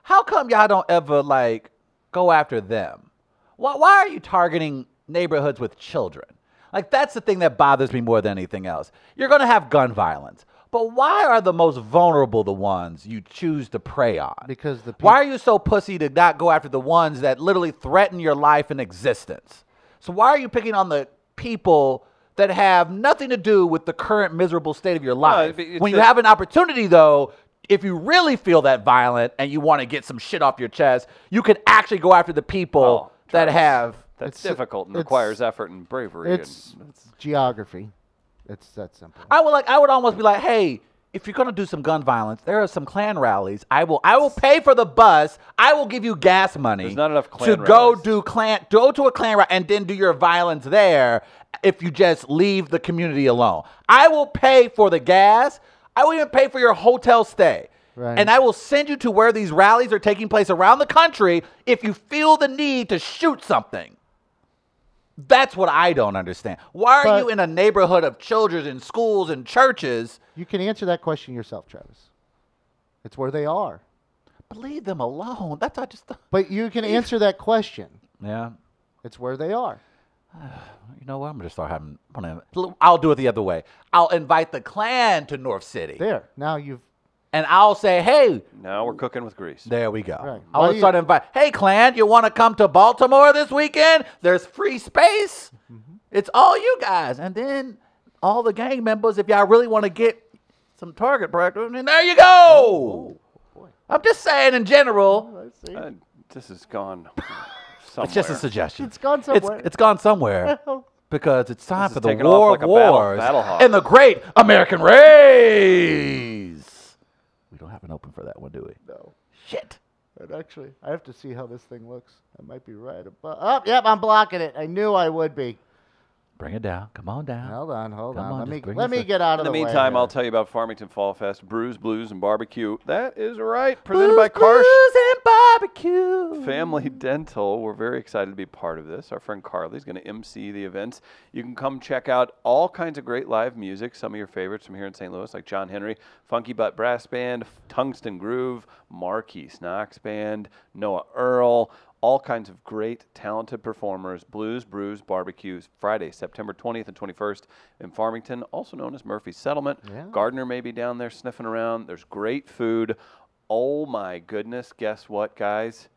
Speaker 2: How come y'all don't ever like go after them? Why, why are you targeting neighborhoods with children? Like that's the thing that bothers me more than anything else. You're going to have gun violence. But why are the most vulnerable the ones you choose to prey on?
Speaker 3: Because the
Speaker 2: why are you so pussy to not go after the ones that literally threaten your life and existence? So why are you picking on the people that have nothing to do with the current miserable state of your life?
Speaker 1: if it- it's
Speaker 2: when you
Speaker 1: a-
Speaker 2: have an opportunity though, if you really feel that violent and you want to get some shit off your chest, you can actually go after the people
Speaker 1: Oh,
Speaker 2: that
Speaker 1: Travis,
Speaker 2: have
Speaker 1: That's
Speaker 3: It's-
Speaker 1: difficult and
Speaker 3: it's-
Speaker 1: requires effort and bravery. and-
Speaker 3: It's geography. It's that simple.
Speaker 2: I would like I would almost be like, hey, if you're gonna do some gun violence, there are some Klan rallies. I will I will pay for the bus. I will give you gas money.
Speaker 1: There's not enough
Speaker 2: to
Speaker 1: Klan
Speaker 2: go
Speaker 1: rallies.
Speaker 2: do Klan go to a Klan rally and then do your violence there. If you just leave the community alone, I will pay for the gas. I will even pay for your hotel stay.
Speaker 3: Right.
Speaker 2: And I will send you to where these rallies are taking place around the country if you feel the need to shoot something. That's what I don't understand. Why are
Speaker 3: But-
Speaker 2: you in a neighborhood of children in schools and churches?
Speaker 3: You can answer that question yourself, Travis. It's where they are.
Speaker 2: But leave them alone. That's I just.
Speaker 3: But you can answer that question.
Speaker 2: Yeah.
Speaker 3: It's where they are.
Speaker 2: You know what? I'm gonna start having. I'm gonna- I'll do it the other way. I'll invite the Klan to North City,
Speaker 3: There. Now you've
Speaker 2: and I'll say, "Hey,
Speaker 1: now we're cooking with grease.
Speaker 2: there we go."
Speaker 3: Right. Why
Speaker 2: I'll
Speaker 3: you- Mm-hmm.
Speaker 2: start invite. Hey, Klan, you want to come to Baltimore this weekend? There's free space. It's all you guys. And then all the gang members, if y'all really want to get some target practice, and there you
Speaker 3: Oh,
Speaker 2: go. I'm just saying in general.
Speaker 3: Let's see.
Speaker 1: Uh, this has gone somewhere.
Speaker 2: It's just a suggestion.
Speaker 3: It's gone somewhere.
Speaker 2: it's gone somewhere because it's time
Speaker 1: is
Speaker 2: for the
Speaker 1: taking
Speaker 2: war
Speaker 1: off like
Speaker 2: of
Speaker 1: a battle-
Speaker 2: wars
Speaker 1: battle hawk.
Speaker 2: and the great American race. We don't have an open for that one, do we?
Speaker 3: no.
Speaker 2: Shit.
Speaker 3: But actually, I have to see how this thing looks. I might be right above. Oh, yep, I'm blocking it. I knew I would be.
Speaker 2: Bring it down. Come on down.
Speaker 3: Hold on, hold
Speaker 2: Come
Speaker 3: on.
Speaker 2: on,
Speaker 3: Let
Speaker 2: just
Speaker 3: me
Speaker 2: bring
Speaker 3: let
Speaker 2: us
Speaker 3: me
Speaker 2: a-
Speaker 3: get out
Speaker 1: In the
Speaker 3: of the,
Speaker 1: meantime,
Speaker 3: way
Speaker 1: I'll
Speaker 3: here.
Speaker 1: tell you about Farmington Fall Fest, Brews, Blues, and Barbecue. That is right. Presented by
Speaker 2: Blues,
Speaker 1: Karsh
Speaker 2: blues and barbecue.
Speaker 1: Family Dental. We're very excited to be part of this. Our friend Carly's going to MC the events. You can come check out all kinds of great live music, some of your favorites from here in St. Louis, like John Henry, Funky Butt Brass Band, Tungsten Groove, Marquis Knox Band, Noah Earl. All kinds of great, talented performers, blues, brews, barbecues, Friday, September 20th and 21st in Farmington, also known as Murphy's Settlement. Gardner may be down there sniffing around. There's great food. Oh my goodness, guess what, guys?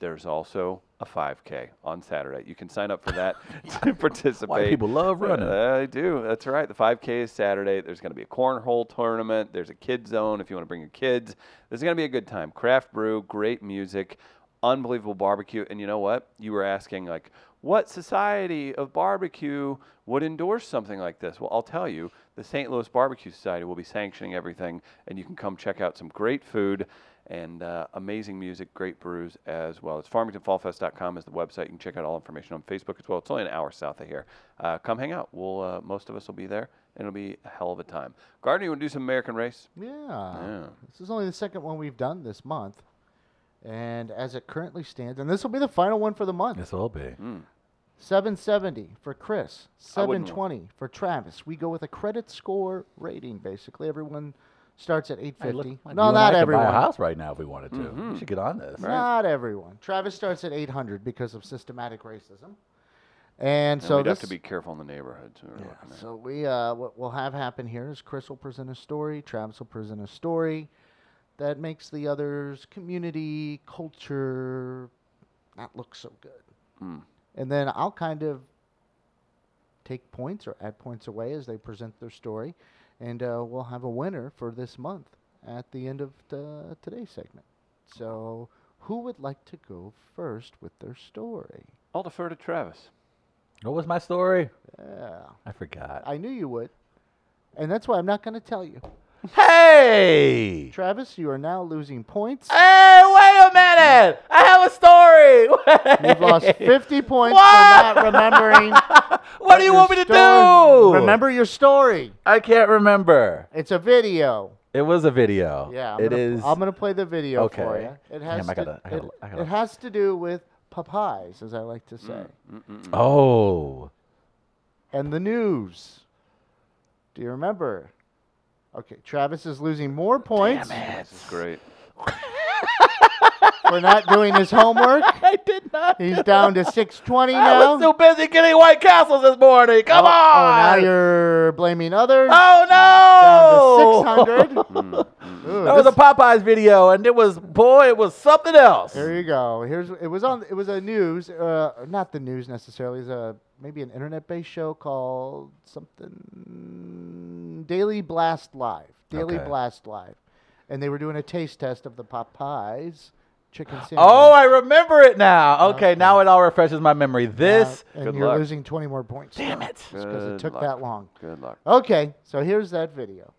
Speaker 1: there's also a 5K on Saturday. You can sign up for that to participate.
Speaker 2: people love running.
Speaker 1: Uh, They do. That's right. The 5K is Saturday. There's going to be a cornhole tournament. There's a kid zone if you want to bring your kids. This is going to be a good time. Craft brew, great music, unbelievable barbecue. And you know what? You were asking like, what society of barbecue would endorse something like this? Well, I'll tell you, the St. Louis Barbecue Society will be sanctioning everything, and you can come check out some great food and uh, amazing music, great brews as well. It's farmingtonfallfest.com is the website. You can check out all information on Facebook as well. It's only an hour south of here. Uh, come hang out. We'll uh, most of us will be there, and it'll be a hell of a time. Gardner, you want to do some American race?
Speaker 3: Yeah.
Speaker 1: Yeah.
Speaker 3: This is only the second one we've done this month. And as it currently stands, and this will be the final one for the month.
Speaker 2: This will be.
Speaker 3: 770 for Chris,
Speaker 1: I wouldn't wa-
Speaker 3: 720 for Travis. We go with a credit score rating basically. Everyone starts at 850. no,
Speaker 2: You and I
Speaker 3: not
Speaker 2: could
Speaker 3: everyone.
Speaker 2: Buy a house right now if we wanted to.
Speaker 1: Mm-hmm.
Speaker 2: We should get on this.
Speaker 3: Not everyone. Travis starts at 800 because of systematic racism. And
Speaker 1: So
Speaker 3: so
Speaker 1: we'd
Speaker 3: this,
Speaker 1: have to be careful in the neighborhoods. we were looking at.
Speaker 3: so we uh, what we'll have happen here is Chris will present a story, Travis will present a story that makes the others' community culture not look so good.
Speaker 1: Hmm.
Speaker 3: And then I'll kind of take points or add points away as they present their story, and uh, we'll have a winner for this month at the end of the, today's segment. So, who would like to go first with their story?
Speaker 1: I'll defer to Travis.
Speaker 2: What was my story?
Speaker 3: Yeah.
Speaker 2: I forgot.
Speaker 3: I knew you would. And that's why I'm not going to tell you.
Speaker 2: Hey!
Speaker 3: Travis, you are now losing points.
Speaker 2: Hey, wait a minute! I have a story!
Speaker 3: You've lost 50 points
Speaker 2: What?
Speaker 3: for not remembering.
Speaker 2: What do you
Speaker 3: your
Speaker 2: want me to
Speaker 3: story-
Speaker 2: do?
Speaker 3: Remember your story.
Speaker 2: I can't remember.
Speaker 3: It's a video.
Speaker 2: It was a video.
Speaker 3: Yeah, I'm
Speaker 2: it
Speaker 3: gonna,
Speaker 2: is.
Speaker 3: I'm going to play the video for
Speaker 2: Okay.
Speaker 3: you. It
Speaker 2: Damn,
Speaker 3: has,
Speaker 2: I
Speaker 3: to,
Speaker 2: gotta- I gotta-
Speaker 3: it,
Speaker 2: I gotta- Mm.
Speaker 3: it has to do with Popeyes, as I like to
Speaker 1: Hmm.
Speaker 3: say,
Speaker 2: Oh.
Speaker 3: and the news. Do you remember? Okay, Travis is losing more points
Speaker 1: This is great.
Speaker 3: for not doing his homework.
Speaker 2: I did not.
Speaker 3: He's down to 620
Speaker 2: I
Speaker 3: now.
Speaker 2: was too busy getting White Castles this morning. Come on!
Speaker 3: oh, Oh, now you're blaming others.
Speaker 2: Oh, no!
Speaker 3: Down to 600. Ooh,
Speaker 2: That was a
Speaker 3: this-
Speaker 2: Popeyes video, and it was boy, it was something else.
Speaker 3: Here you go. Here's it was on. It was a news, uh, not the news necessarily. It's a maybe an internet-based show called something Daily Blast Live. Daily
Speaker 2: Okay.
Speaker 3: Blast Live, and they were doing a taste test of the Popeyes chicken sandwich. uh,
Speaker 2: Oh, I remember it
Speaker 1: Uh-huh.
Speaker 2: now. Okay, now it all refreshes my memory. This,
Speaker 3: and
Speaker 1: Good
Speaker 3: you're
Speaker 1: luck.
Speaker 3: losing 20 more points.
Speaker 2: damn it.
Speaker 3: because it
Speaker 1: Good
Speaker 3: took
Speaker 1: luck.
Speaker 3: that long.
Speaker 1: Good luck.
Speaker 3: Okay, so here's that video.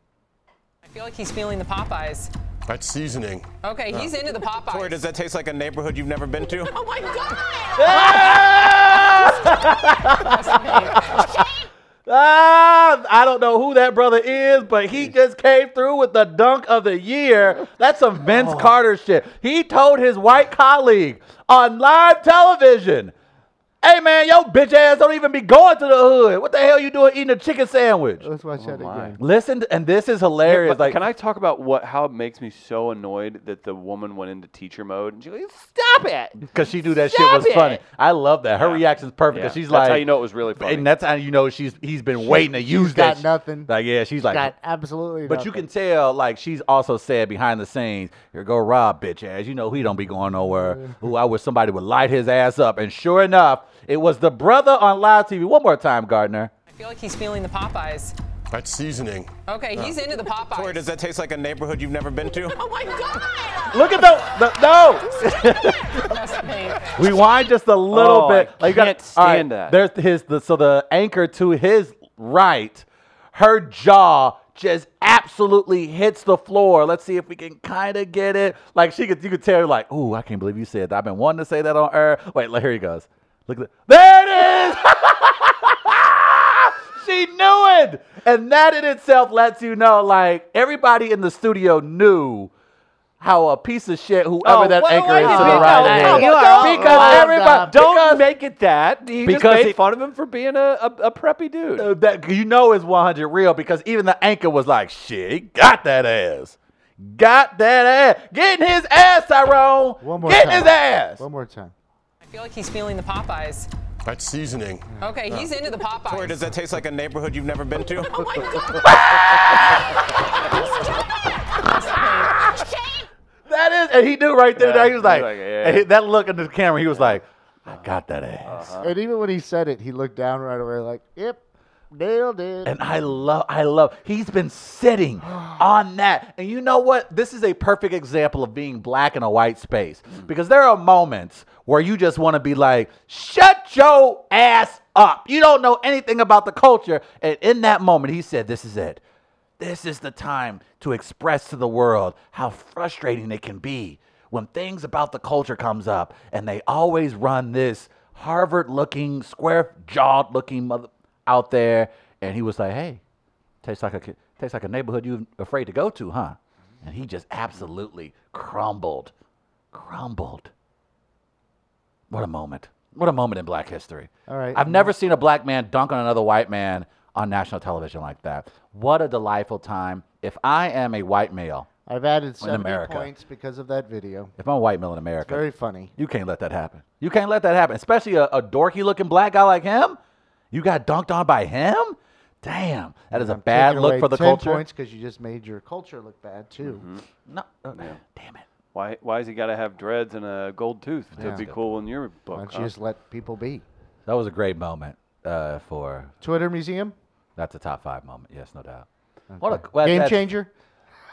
Speaker 5: I feel like he's feeling the Popeyes.
Speaker 6: That's seasoning.
Speaker 5: Okay, he's into the Popeyes.
Speaker 7: Corey, does that taste like a neighborhood you've never been to?
Speaker 5: oh my God!
Speaker 2: Ah, I don't know who that brother is, but he just came through with the dunk of the year. That's some Vince
Speaker 1: Oh.
Speaker 2: Carter shit. He told his white colleague on live television, "Hey man, yo bitch ass don't even be going to the hood. What the hell you doing eating a chicken sandwich?"
Speaker 3: Let's watch that
Speaker 1: my.
Speaker 3: again.
Speaker 2: Listen, to- and this is hilarious.
Speaker 1: Uh, But
Speaker 2: like,
Speaker 1: can I talk about what how it makes me so annoyed that the woman went into teacher mode and she goes,
Speaker 2: stop it? Because she knew that shit
Speaker 5: Stop
Speaker 2: was funny.
Speaker 5: it.
Speaker 2: I love that. Her reaction's perfect.
Speaker 1: Yeah.
Speaker 2: 'cause she's
Speaker 1: That's
Speaker 2: like,
Speaker 1: how you know it was really funny.
Speaker 2: and that's how you know she's he's been waiting to use that.
Speaker 3: got
Speaker 2: sh-
Speaker 3: nothing.
Speaker 2: Like, yeah, she's like,
Speaker 3: Got absolutely.
Speaker 2: But you can tell, like, she's also said behind the scenes, here go Rob, bitch ass. You know he don't be going nowhere. Ooh, I wish somebody would light his ass up. And sure enough, It was the brother on live TV. One more time, Gardner.
Speaker 5: I feel like he's feeling the Popeyes.
Speaker 6: That's seasoning.
Speaker 5: Okay, he's into the Popeyes.
Speaker 7: Corey, Uh, does that taste like a neighborhood you've never been to?
Speaker 5: oh my God!
Speaker 2: Look at the, the no.
Speaker 5: That's amazing.
Speaker 2: Rewind just a little
Speaker 1: Oh,
Speaker 2: bit.
Speaker 1: I
Speaker 2: you gotta-
Speaker 1: can't stand
Speaker 2: all right,
Speaker 1: that.
Speaker 2: There's his the, so the anchor to his right, her jaw just absolutely hits the floor. Let's see if we can kind of get it. Like she could, you could tell. Like, ooh, I can't believe you said that. I've been wanting to say that on air. Wait, look, here he goes. Look at the, there it is. she knew it, and that in itself lets you know, like everybody in the studio knew. How a piece of shit, whoever
Speaker 1: Oh,
Speaker 2: that
Speaker 1: why-
Speaker 2: anchor
Speaker 1: why
Speaker 2: is to
Speaker 1: did
Speaker 2: the
Speaker 1: you-
Speaker 2: right.
Speaker 1: oh,
Speaker 2: is.
Speaker 1: you are
Speaker 2: because
Speaker 3: wild
Speaker 2: everybody,
Speaker 3: up.
Speaker 1: Don't
Speaker 2: because-
Speaker 1: make it that. He
Speaker 2: Because
Speaker 1: just made
Speaker 2: he-
Speaker 1: fun of him for being a, a, a preppy dude.
Speaker 2: uh, that you know is 100 real because even the anchor was like, shit, he got that ass. Got that ass. Getting his ass, Tyrone.
Speaker 3: One more
Speaker 2: Getting
Speaker 3: time.
Speaker 2: his ass.
Speaker 3: One more time.
Speaker 5: I feel like he's feeling the Popeyes.
Speaker 6: That's seasoning.
Speaker 5: Okay, he's into the
Speaker 7: Corey,
Speaker 5: Popeyes.
Speaker 7: does that taste like a neighborhood you've never been to?
Speaker 5: Oh my God!
Speaker 2: That is, and he knew right there.
Speaker 1: Yeah,
Speaker 2: that he was
Speaker 1: he was
Speaker 2: like,
Speaker 1: like, yeah.
Speaker 2: and he- that look in the camera, he was like, I got that ass.
Speaker 3: And even when he said it, he looked down right away like, yep, nailed it.
Speaker 2: And I love, I love, he's been sitting on that. And you know what? This is a perfect example of being black in a white space because there are moments where you just want to be like, shut your ass up. You don't know anything about the culture. And in that moment, he said, this is it. This is the time to express to the world how frustrating it can be when things about the culture comes up and they always run this Harvard looking, square jawed looking mother out there. And he was like, hey, tastes like a ki- tastes like a neighborhood you're afraid to go to, huh? And he just absolutely crumbled. Crumbled. What a moment. What a moment in black history.
Speaker 3: All right.
Speaker 2: I've never seen a black man dunk on another white man on national television like that. What a delightful time. If I am a white male,
Speaker 3: I've added 70
Speaker 2: America.
Speaker 3: points because of that video.
Speaker 2: if I'm a white male in America,
Speaker 3: Very funny.
Speaker 2: you can't let that happen. You can't let that happen, especially a, a dorky looking black guy like him. You got dunked on by him? Damn, that is a bad
Speaker 3: Taking
Speaker 2: look
Speaker 3: away
Speaker 2: for the
Speaker 3: 10
Speaker 2: culture. Mm-hmm.
Speaker 3: points because you just made your culture look bad, too.
Speaker 2: No, uh, damn it.
Speaker 1: Why why has he got to have dreads and a gold tooth to
Speaker 3: Yeah.
Speaker 1: be cool in your
Speaker 3: Why
Speaker 1: book?
Speaker 3: don't you just let people be?
Speaker 2: That was a great moment uh, for
Speaker 3: Twitter Museum?
Speaker 2: that's a top five moment. Yes, no doubt. What a well,
Speaker 3: Game
Speaker 2: that's-
Speaker 3: changer?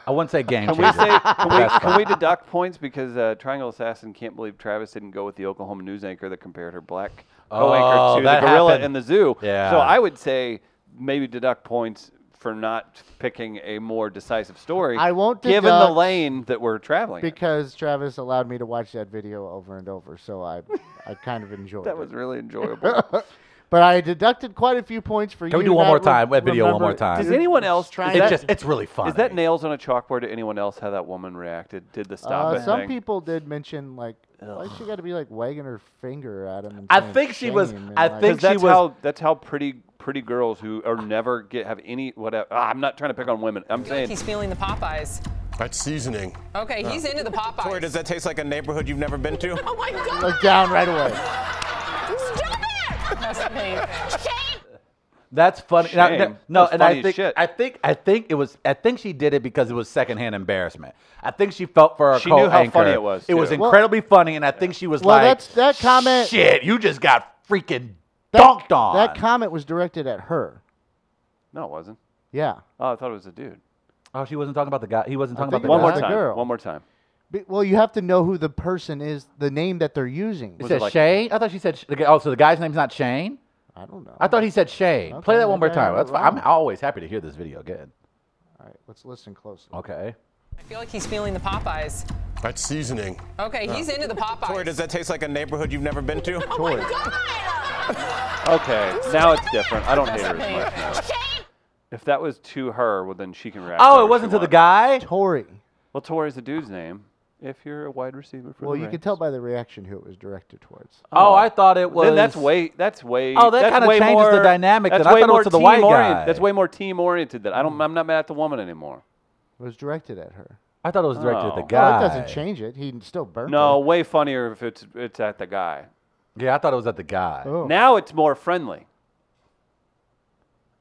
Speaker 2: I wouldn't say game
Speaker 1: Can we,
Speaker 2: changer.
Speaker 1: say, can, we,
Speaker 2: That's
Speaker 1: can
Speaker 2: fine.
Speaker 1: we deduct points because uh, Triangle Assassin can't believe Travis didn't go with the Oklahoma news anchor that compared her black
Speaker 2: Oh,
Speaker 1: co-anchor to
Speaker 2: that
Speaker 1: the gorilla
Speaker 2: happened.
Speaker 1: in the zoo.
Speaker 2: Yeah.
Speaker 1: So I would say maybe deduct points for not picking a more decisive story.
Speaker 3: I won't
Speaker 1: given the
Speaker 3: deduct
Speaker 1: lane that we're traveling. in.
Speaker 3: Because Travis allowed me to watch that video over and over, so I, I kind of enjoyed
Speaker 1: that
Speaker 3: it.
Speaker 1: was really enjoyable.
Speaker 3: But I deducted quite a few points for you.
Speaker 2: Can we do one
Speaker 3: not
Speaker 2: more time?
Speaker 3: re-
Speaker 2: That video one more
Speaker 3: remember-
Speaker 2: time.
Speaker 1: Does anyone else is
Speaker 3: trying to-
Speaker 2: it's
Speaker 1: that-
Speaker 2: just it's really fun.
Speaker 1: Is that nails on a chalkboard to anyone else how that woman reacted? Did the stop
Speaker 3: Uh,
Speaker 1: it
Speaker 3: some
Speaker 1: thing?
Speaker 3: people did mention like, why she got to be like wagging her finger at him? And
Speaker 2: I
Speaker 3: saying
Speaker 2: think she was-
Speaker 3: shame and,
Speaker 2: I
Speaker 3: like-
Speaker 2: think-
Speaker 1: Because that's
Speaker 2: she was-
Speaker 1: how that's how pretty pretty girls who are never get have any whatever. Ah, I'm not trying to pick on women. I'm
Speaker 5: I feel like
Speaker 1: saying
Speaker 5: he's feeling the Popeyes.
Speaker 6: That's seasoning.
Speaker 5: Okay, he's into the Popeyes.
Speaker 7: Corey, Uh, does that taste like a neighborhood you've never been to?
Speaker 5: oh my God!
Speaker 3: Look down right away.
Speaker 5: Stop it! That's amazing.
Speaker 2: That's funny. Now-
Speaker 1: Shame.
Speaker 2: now- no,
Speaker 1: That's
Speaker 2: and
Speaker 1: funny
Speaker 2: I
Speaker 1: as
Speaker 2: think
Speaker 1: shit.
Speaker 2: I think I think it was I think she did it because it was secondhand embarrassment. I think she felt for her
Speaker 1: She knew how
Speaker 2: co-anchor.
Speaker 1: funny it was,
Speaker 2: It was
Speaker 1: too.
Speaker 3: Well-
Speaker 2: incredibly funny, and I think she was
Speaker 3: Well,
Speaker 2: like,
Speaker 3: that's- that comment-
Speaker 2: Shit, you just got freaking
Speaker 3: That-
Speaker 2: dunked on.
Speaker 3: That comment was directed at her.
Speaker 1: no, it wasn't.
Speaker 3: Yeah.
Speaker 1: Oh, I thought it was a dude.
Speaker 2: oh, she wasn't talking about the guy. He wasn't talking
Speaker 3: think
Speaker 2: about the
Speaker 3: it
Speaker 1: One
Speaker 2: guy.
Speaker 1: more
Speaker 3: was a
Speaker 1: time.
Speaker 3: girl.
Speaker 1: One more time.
Speaker 3: Be- well, you have to know who the person is, the name that they're using.
Speaker 2: It
Speaker 1: it
Speaker 2: said
Speaker 1: like-
Speaker 2: Shane. I thought she said. Sh- the guy- Oh, so the guy's name's not Shane.
Speaker 3: I don't know.
Speaker 2: I thought he said Shane. Play
Speaker 3: Okay,
Speaker 2: that one more
Speaker 3: okay,
Speaker 2: time.
Speaker 3: I
Speaker 2: That's
Speaker 3: got it
Speaker 2: fine. I'm
Speaker 3: wrong.
Speaker 2: always happy to hear this video again.
Speaker 3: All right, let's listen closely.
Speaker 2: Okay.
Speaker 5: I feel like he's feeling the Popeyes.
Speaker 6: That's seasoning.
Speaker 5: Okay, he's into the
Speaker 7: Corey,
Speaker 5: Popeyes.
Speaker 7: does that taste like a neighborhood you've never been to?
Speaker 5: Oh my God!
Speaker 1: Okay, now it's different. I don't hate her as much now. If that was to her, well then she can react.
Speaker 2: Oh,
Speaker 1: however
Speaker 2: it wasn't to
Speaker 1: she
Speaker 2: the
Speaker 1: wants.
Speaker 2: guy.
Speaker 3: Tori.
Speaker 1: Well, Tori's a dude's name. If you're a wide receiver for
Speaker 3: Well,
Speaker 1: the
Speaker 3: you can
Speaker 1: Rams.
Speaker 3: tell by the reaction who it was directed towards.
Speaker 2: Oh, I thought it was.
Speaker 1: Then that's way. That's way.
Speaker 2: Oh, that
Speaker 1: that's
Speaker 2: kinda
Speaker 1: way
Speaker 2: changes the
Speaker 1: more-
Speaker 2: dynamic
Speaker 1: That's
Speaker 2: then. I
Speaker 1: way
Speaker 2: thought it was
Speaker 1: more
Speaker 2: to the white
Speaker 1: team orient-
Speaker 2: guy.
Speaker 1: That's way more team oriented. That I don't. I'm not mad at the woman anymore.
Speaker 3: It was directed at her.
Speaker 2: I thought it was directed at the
Speaker 1: Oh.
Speaker 2: guy.
Speaker 3: Well, that doesn't change it. He still burned
Speaker 1: No, way funnier if it's it's at the guy.
Speaker 2: Yeah, I thought it was at the guy.
Speaker 3: her. Oh.
Speaker 1: Now it's more friendly.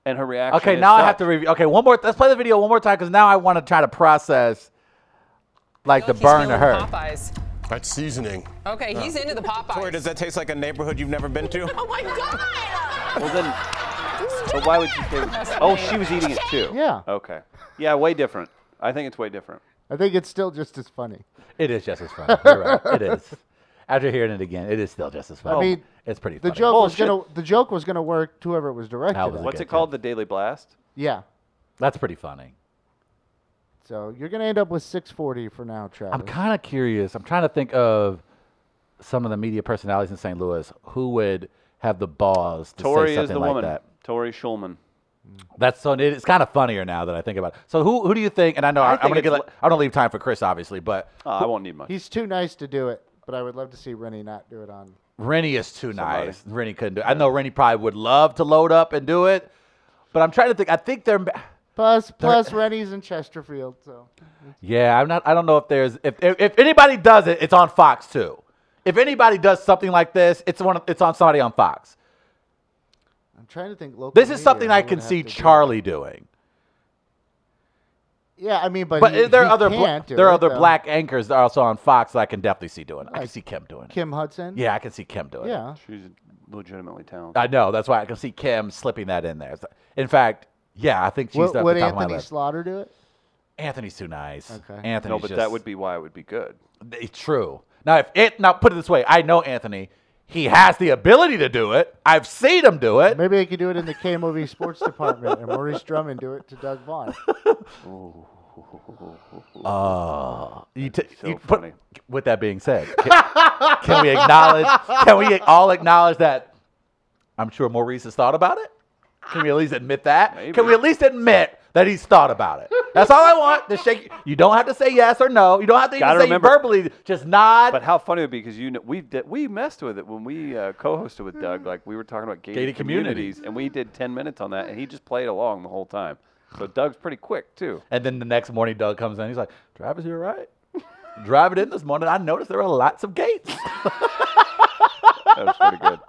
Speaker 1: And her reaction.
Speaker 2: Okay,
Speaker 1: is
Speaker 2: now I have
Speaker 1: such.
Speaker 2: to review. Okay, one more. Let's play the video one more time because now I want to try to process, like
Speaker 5: I
Speaker 2: the
Speaker 5: feel
Speaker 2: burn
Speaker 5: like he's
Speaker 2: of
Speaker 5: feeling
Speaker 2: her.
Speaker 5: the Popeyes.
Speaker 6: That's seasoning.
Speaker 5: Okay, he's into the Popeyes.
Speaker 7: Tori, does that taste like a neighborhood you've never been to?
Speaker 5: Oh my God!
Speaker 1: Well, then, but why would you say? Oh, she was eating it too.
Speaker 3: Yeah.
Speaker 1: Okay. Yeah, way different. I think it's way different.
Speaker 3: I think it's still just as funny.
Speaker 2: It is just as funny. You're right. It is. After hearing it again, it is still just as funny.
Speaker 3: I mean,
Speaker 2: it's pretty
Speaker 3: The
Speaker 2: funny.
Speaker 3: joke was
Speaker 1: Bullshit.
Speaker 3: gonna the joke was gonna work to whoever it was directed
Speaker 2: That was
Speaker 3: at.
Speaker 2: Good,
Speaker 1: What's it
Speaker 2: yeah.
Speaker 1: called? The Daily Blast.
Speaker 3: Yeah.
Speaker 2: That's pretty funny.
Speaker 3: So you're gonna end up with 640 for now, Travis.
Speaker 2: I'm kind of curious. I'm trying to think of some of the media personalities in St. Louis who would have the balls to
Speaker 1: Tori
Speaker 2: say
Speaker 1: is
Speaker 2: something
Speaker 1: the
Speaker 2: like
Speaker 1: woman.
Speaker 2: that.
Speaker 1: Tori Schulman.
Speaker 2: That's so. It's kind of funnier now that I think about it. So who who do you think? And I know I
Speaker 1: I
Speaker 2: I, am
Speaker 1: think
Speaker 2: gonna get.
Speaker 1: it's
Speaker 2: Like, I don't leave time for Chris, obviously, but
Speaker 1: Oh, I won't need much.
Speaker 3: He's too nice to do it, but I would love to see Rennie not do it on.
Speaker 2: Rennie is too nice. Rennie couldn't do. it. I know Rennie probably would love to load up and do it, but I'm trying to think. I think they're.
Speaker 3: Plus, plus Rennie's in Chesterfield, so
Speaker 2: Yeah, I'm not. I don't know if there's if if, if anybody does it, it's on Fox too. If anybody does something like this, it's one. It's on somebody on Fox.
Speaker 3: I'm trying to think. Local
Speaker 2: This
Speaker 3: media
Speaker 2: is something
Speaker 3: who
Speaker 2: I
Speaker 3: would
Speaker 2: can
Speaker 3: have
Speaker 2: see
Speaker 3: to do it.
Speaker 2: Charlie doing.
Speaker 3: Yeah, I mean, but
Speaker 2: But uh,
Speaker 3: he-
Speaker 2: there are
Speaker 3: he
Speaker 2: other bla-
Speaker 3: can't do
Speaker 2: there are
Speaker 3: it,
Speaker 2: other
Speaker 3: though.
Speaker 2: black anchors that are also on Fox that I can definitely see doing. it. I can see Kim doing it.
Speaker 3: Kim Hudson.
Speaker 2: Yeah, I can see Kim doing it.
Speaker 3: Yeah.
Speaker 1: She's legitimately talented.
Speaker 2: I know. That's why I can see Kim slipping that in there. So- In fact, yeah, I think she's
Speaker 3: Would,
Speaker 2: up
Speaker 3: would
Speaker 2: the top of my
Speaker 3: Anthony
Speaker 2: list.
Speaker 3: Slaughter do it?
Speaker 2: Anthony's too nice.
Speaker 3: Okay.
Speaker 2: Anthony's
Speaker 1: no, but
Speaker 2: just,
Speaker 1: that would be why it would be good.
Speaker 2: be true. Now, if it now put it this way, I know Anthony. He has the ability to do it. I've seen him do it.
Speaker 3: Maybe they could do it in the K movie sports department, and Maurice Drummond do it to Doug Vaughn.
Speaker 2: Oh, you t-
Speaker 1: so
Speaker 2: you put-
Speaker 1: funny.
Speaker 2: with that being said, can, can we acknowledge? Can we all acknowledge that? I'm sure Maurice has thought about it. Can we at least admit that?
Speaker 1: Maybe.
Speaker 2: Can we at least admit that he's thought about it? That's all I want. To shake. You don't have to say yes or no. You don't have to even
Speaker 1: Gotta
Speaker 2: say
Speaker 1: remember-
Speaker 2: verbally. Just nod.
Speaker 1: But how funny it would be because you know we did, we messed with it when we uh, co-hosted with Doug. Like we were talking about gated,
Speaker 2: Gated communities.
Speaker 1: and we did ten minutes on that, and he just played along the whole time. So Doug's pretty quick too.
Speaker 2: and then the next morning, Doug comes in. He's like, "Travis, you're right." Driving in this morning, I noticed there were lots of gates.
Speaker 1: That was pretty good.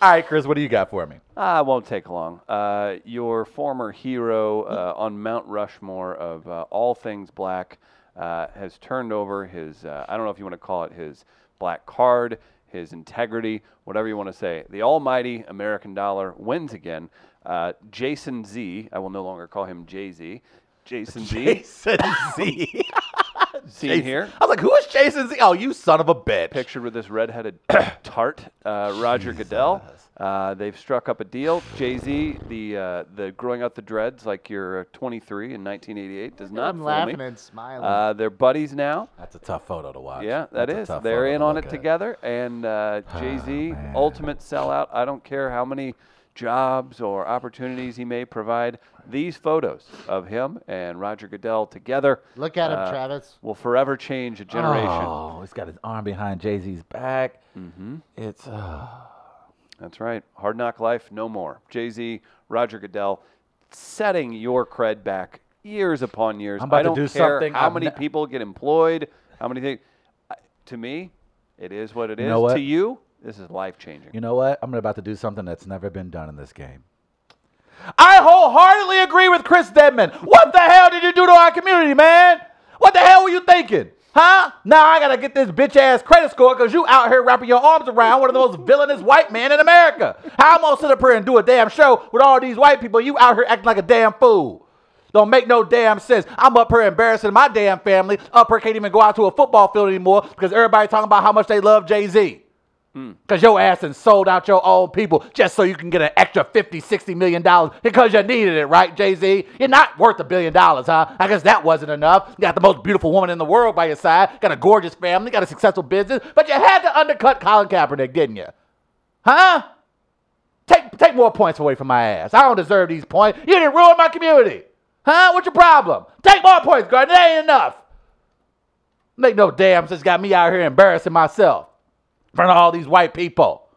Speaker 2: all right, Chris, what do you got for me?
Speaker 1: Ah, it won't take long. Uh, your former hero uh, on Mount Rushmore of uh, all things black uh, has turned over his, uh, I don't know if you want to call it his black card, his integrity, whatever you want to say. The almighty American dollar wins again. Uh, Jason Z, I will no longer call him Jay Z. Jason Z,
Speaker 2: Jason Z.
Speaker 1: seen here.
Speaker 2: I was like, who is Jason Z? Oh, you son of a bitch.
Speaker 1: pictured with this redheaded tart, uh, Roger Goodell. Uh, they've struck up a deal. Jay Z, the uh, the growing out the dreads like you're 23 in 1988 does not
Speaker 3: I'm
Speaker 1: fool
Speaker 3: laughing
Speaker 1: me.
Speaker 3: and smiling.
Speaker 1: Uh, they're buddies now.
Speaker 2: That's a tough photo to watch.
Speaker 1: Yeah, that
Speaker 2: That's a
Speaker 1: is.
Speaker 2: tough
Speaker 1: They're
Speaker 2: photo
Speaker 1: in
Speaker 2: to
Speaker 1: on
Speaker 2: look
Speaker 1: it
Speaker 2: at. Ah,
Speaker 1: together. And uh, Jay Z, ultimate sellout. I don't care how many jobs or opportunities he may provide. These photos of him and Roger Goodell together
Speaker 3: Look at him,
Speaker 1: uh,
Speaker 3: Travis.
Speaker 1: will forever change a generation.
Speaker 2: Oh, he's got his arm behind Jay Z's back. Mm-hmm. It's uh,
Speaker 1: That's right. Hard Knock Life, no more. Jay Z, Roger Goodell, setting your cred back years upon years.
Speaker 2: I'm about
Speaker 1: I
Speaker 2: to
Speaker 1: don't
Speaker 2: do
Speaker 1: care
Speaker 2: something
Speaker 1: how
Speaker 2: I've
Speaker 1: many
Speaker 2: ne-
Speaker 1: people get employed, how many things. I- To me, it is what it is.
Speaker 2: You know what?
Speaker 1: To you, this is life changing.
Speaker 2: you know what? I'm about to do something that's never been done in this game. I wholeheartedly agree with Chris Deadman. What the hell did you do to our community, man? What the hell were you thinking? Huh? Now I gotta get this bitch ass credit score because you out here wrapping your arms around one of the most villainous white men in America. How I'm gonna sit up here and do a damn show with all these white people? You out here acting like a damn fool. Don't make no damn sense. I'm up here embarrassing my damn family. Up here can't even go out to a football field anymore because everybody talking about how much they love Jay Z. Because your ass and sold out your own people just so you can get an extra 50, 60 million dollars because you needed it, right, Jay Z? You're not worth a billion dollars, huh? I guess that wasn't enough. You got the most beautiful woman in the world by your side, got a gorgeous family, got a successful business, but you had to undercut Colin Kaepernick, didn't you? Huh? Take, take more points away from my ass. I don't deserve these points. You didn't ruin my community. Huh? What's your problem? Take more points, Gardner. That ain't enough. Make no damn sense. Got me out here embarrassing myself in front of all these white people.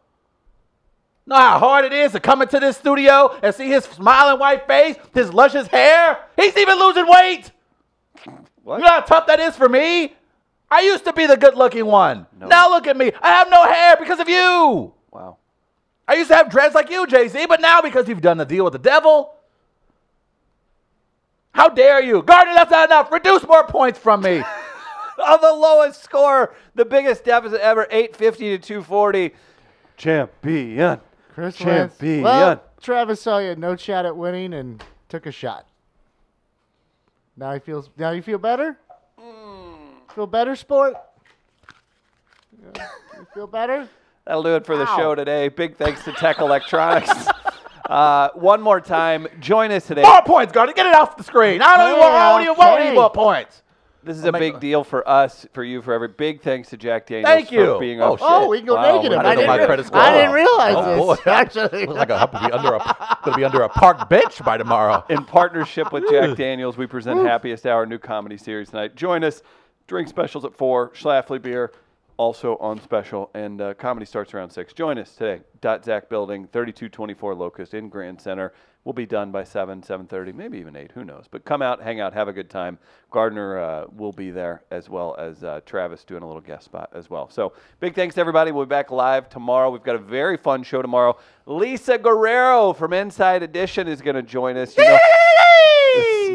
Speaker 2: Know how hard it is to come into this studio and see his smiling white face, his luscious hair? He's even losing weight. You know how tough that is for me? I used to be the good looking one. Now look at me. I have no hair because of you.
Speaker 1: Wow.
Speaker 2: I used to have dreads like you, Jay Z, but now because you've done the deal with the devil, how dare you, Gardner? That's not enough. Reduce more points from me.
Speaker 1: of the lowest score, the biggest deficit ever, 850 to 240. Champion.
Speaker 3: Chris Lance.
Speaker 1: Champion.
Speaker 3: Well, Travis saw you no shot at winning and took a shot. Now he feels. Now you feel better. Feel better, sport. Yeah. You feel better.
Speaker 1: That'll do it for the show today. Big thanks to Tech Electronics. uh, one more time, join us today.
Speaker 2: More points, Gardner. Get it off the screen. I don't even want, I don't even want any
Speaker 3: Okay.
Speaker 2: more points.
Speaker 1: This is a
Speaker 2: make-
Speaker 1: big deal for us, for you, for every. Big thanks to Jack Daniels
Speaker 2: Thank you.
Speaker 1: for being
Speaker 2: Oh,
Speaker 1: on.
Speaker 2: shit.
Speaker 3: Oh, we can go
Speaker 1: Wow,
Speaker 3: negative.
Speaker 1: I didn't
Speaker 3: I
Speaker 1: know
Speaker 3: didn't,
Speaker 1: my
Speaker 3: re-
Speaker 1: credit
Speaker 2: score.
Speaker 3: I didn't realize
Speaker 2: Oh,
Speaker 3: this.
Speaker 2: boy.
Speaker 3: Actually,
Speaker 2: Looks like I'm gonna be under a gonna be under a park bench by tomorrow.
Speaker 1: In partnership with Jack Daniels, we present Happiest Hour, new comedy series tonight. Join us. Drink specials at 4, Schlafly beer, also on special. And uh, comedy starts around 6. Join us today. Dot Zach Building, 3224 Locust in Grand Center. We'll be done by 7, 7.30, maybe even 8. Who knows? But come out, hang out, have a good time. Gardner uh, will be there as well as uh, Travis doing a little guest spot as well. So big thanks to everybody. We'll be back live tomorrow. We've got a very fun show tomorrow. Lisa Guerrero from Inside Edition is going to join us. You know-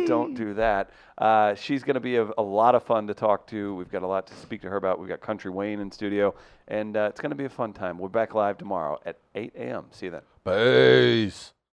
Speaker 1: don't do that. Uh, she's going to be a, a lot of fun to talk to. We've got a lot to speak to her about. We've got Country Wayne in studio, and uh, it's going to be a fun time. We're back live tomorrow at 8 a.m. See you then.
Speaker 2: Peace.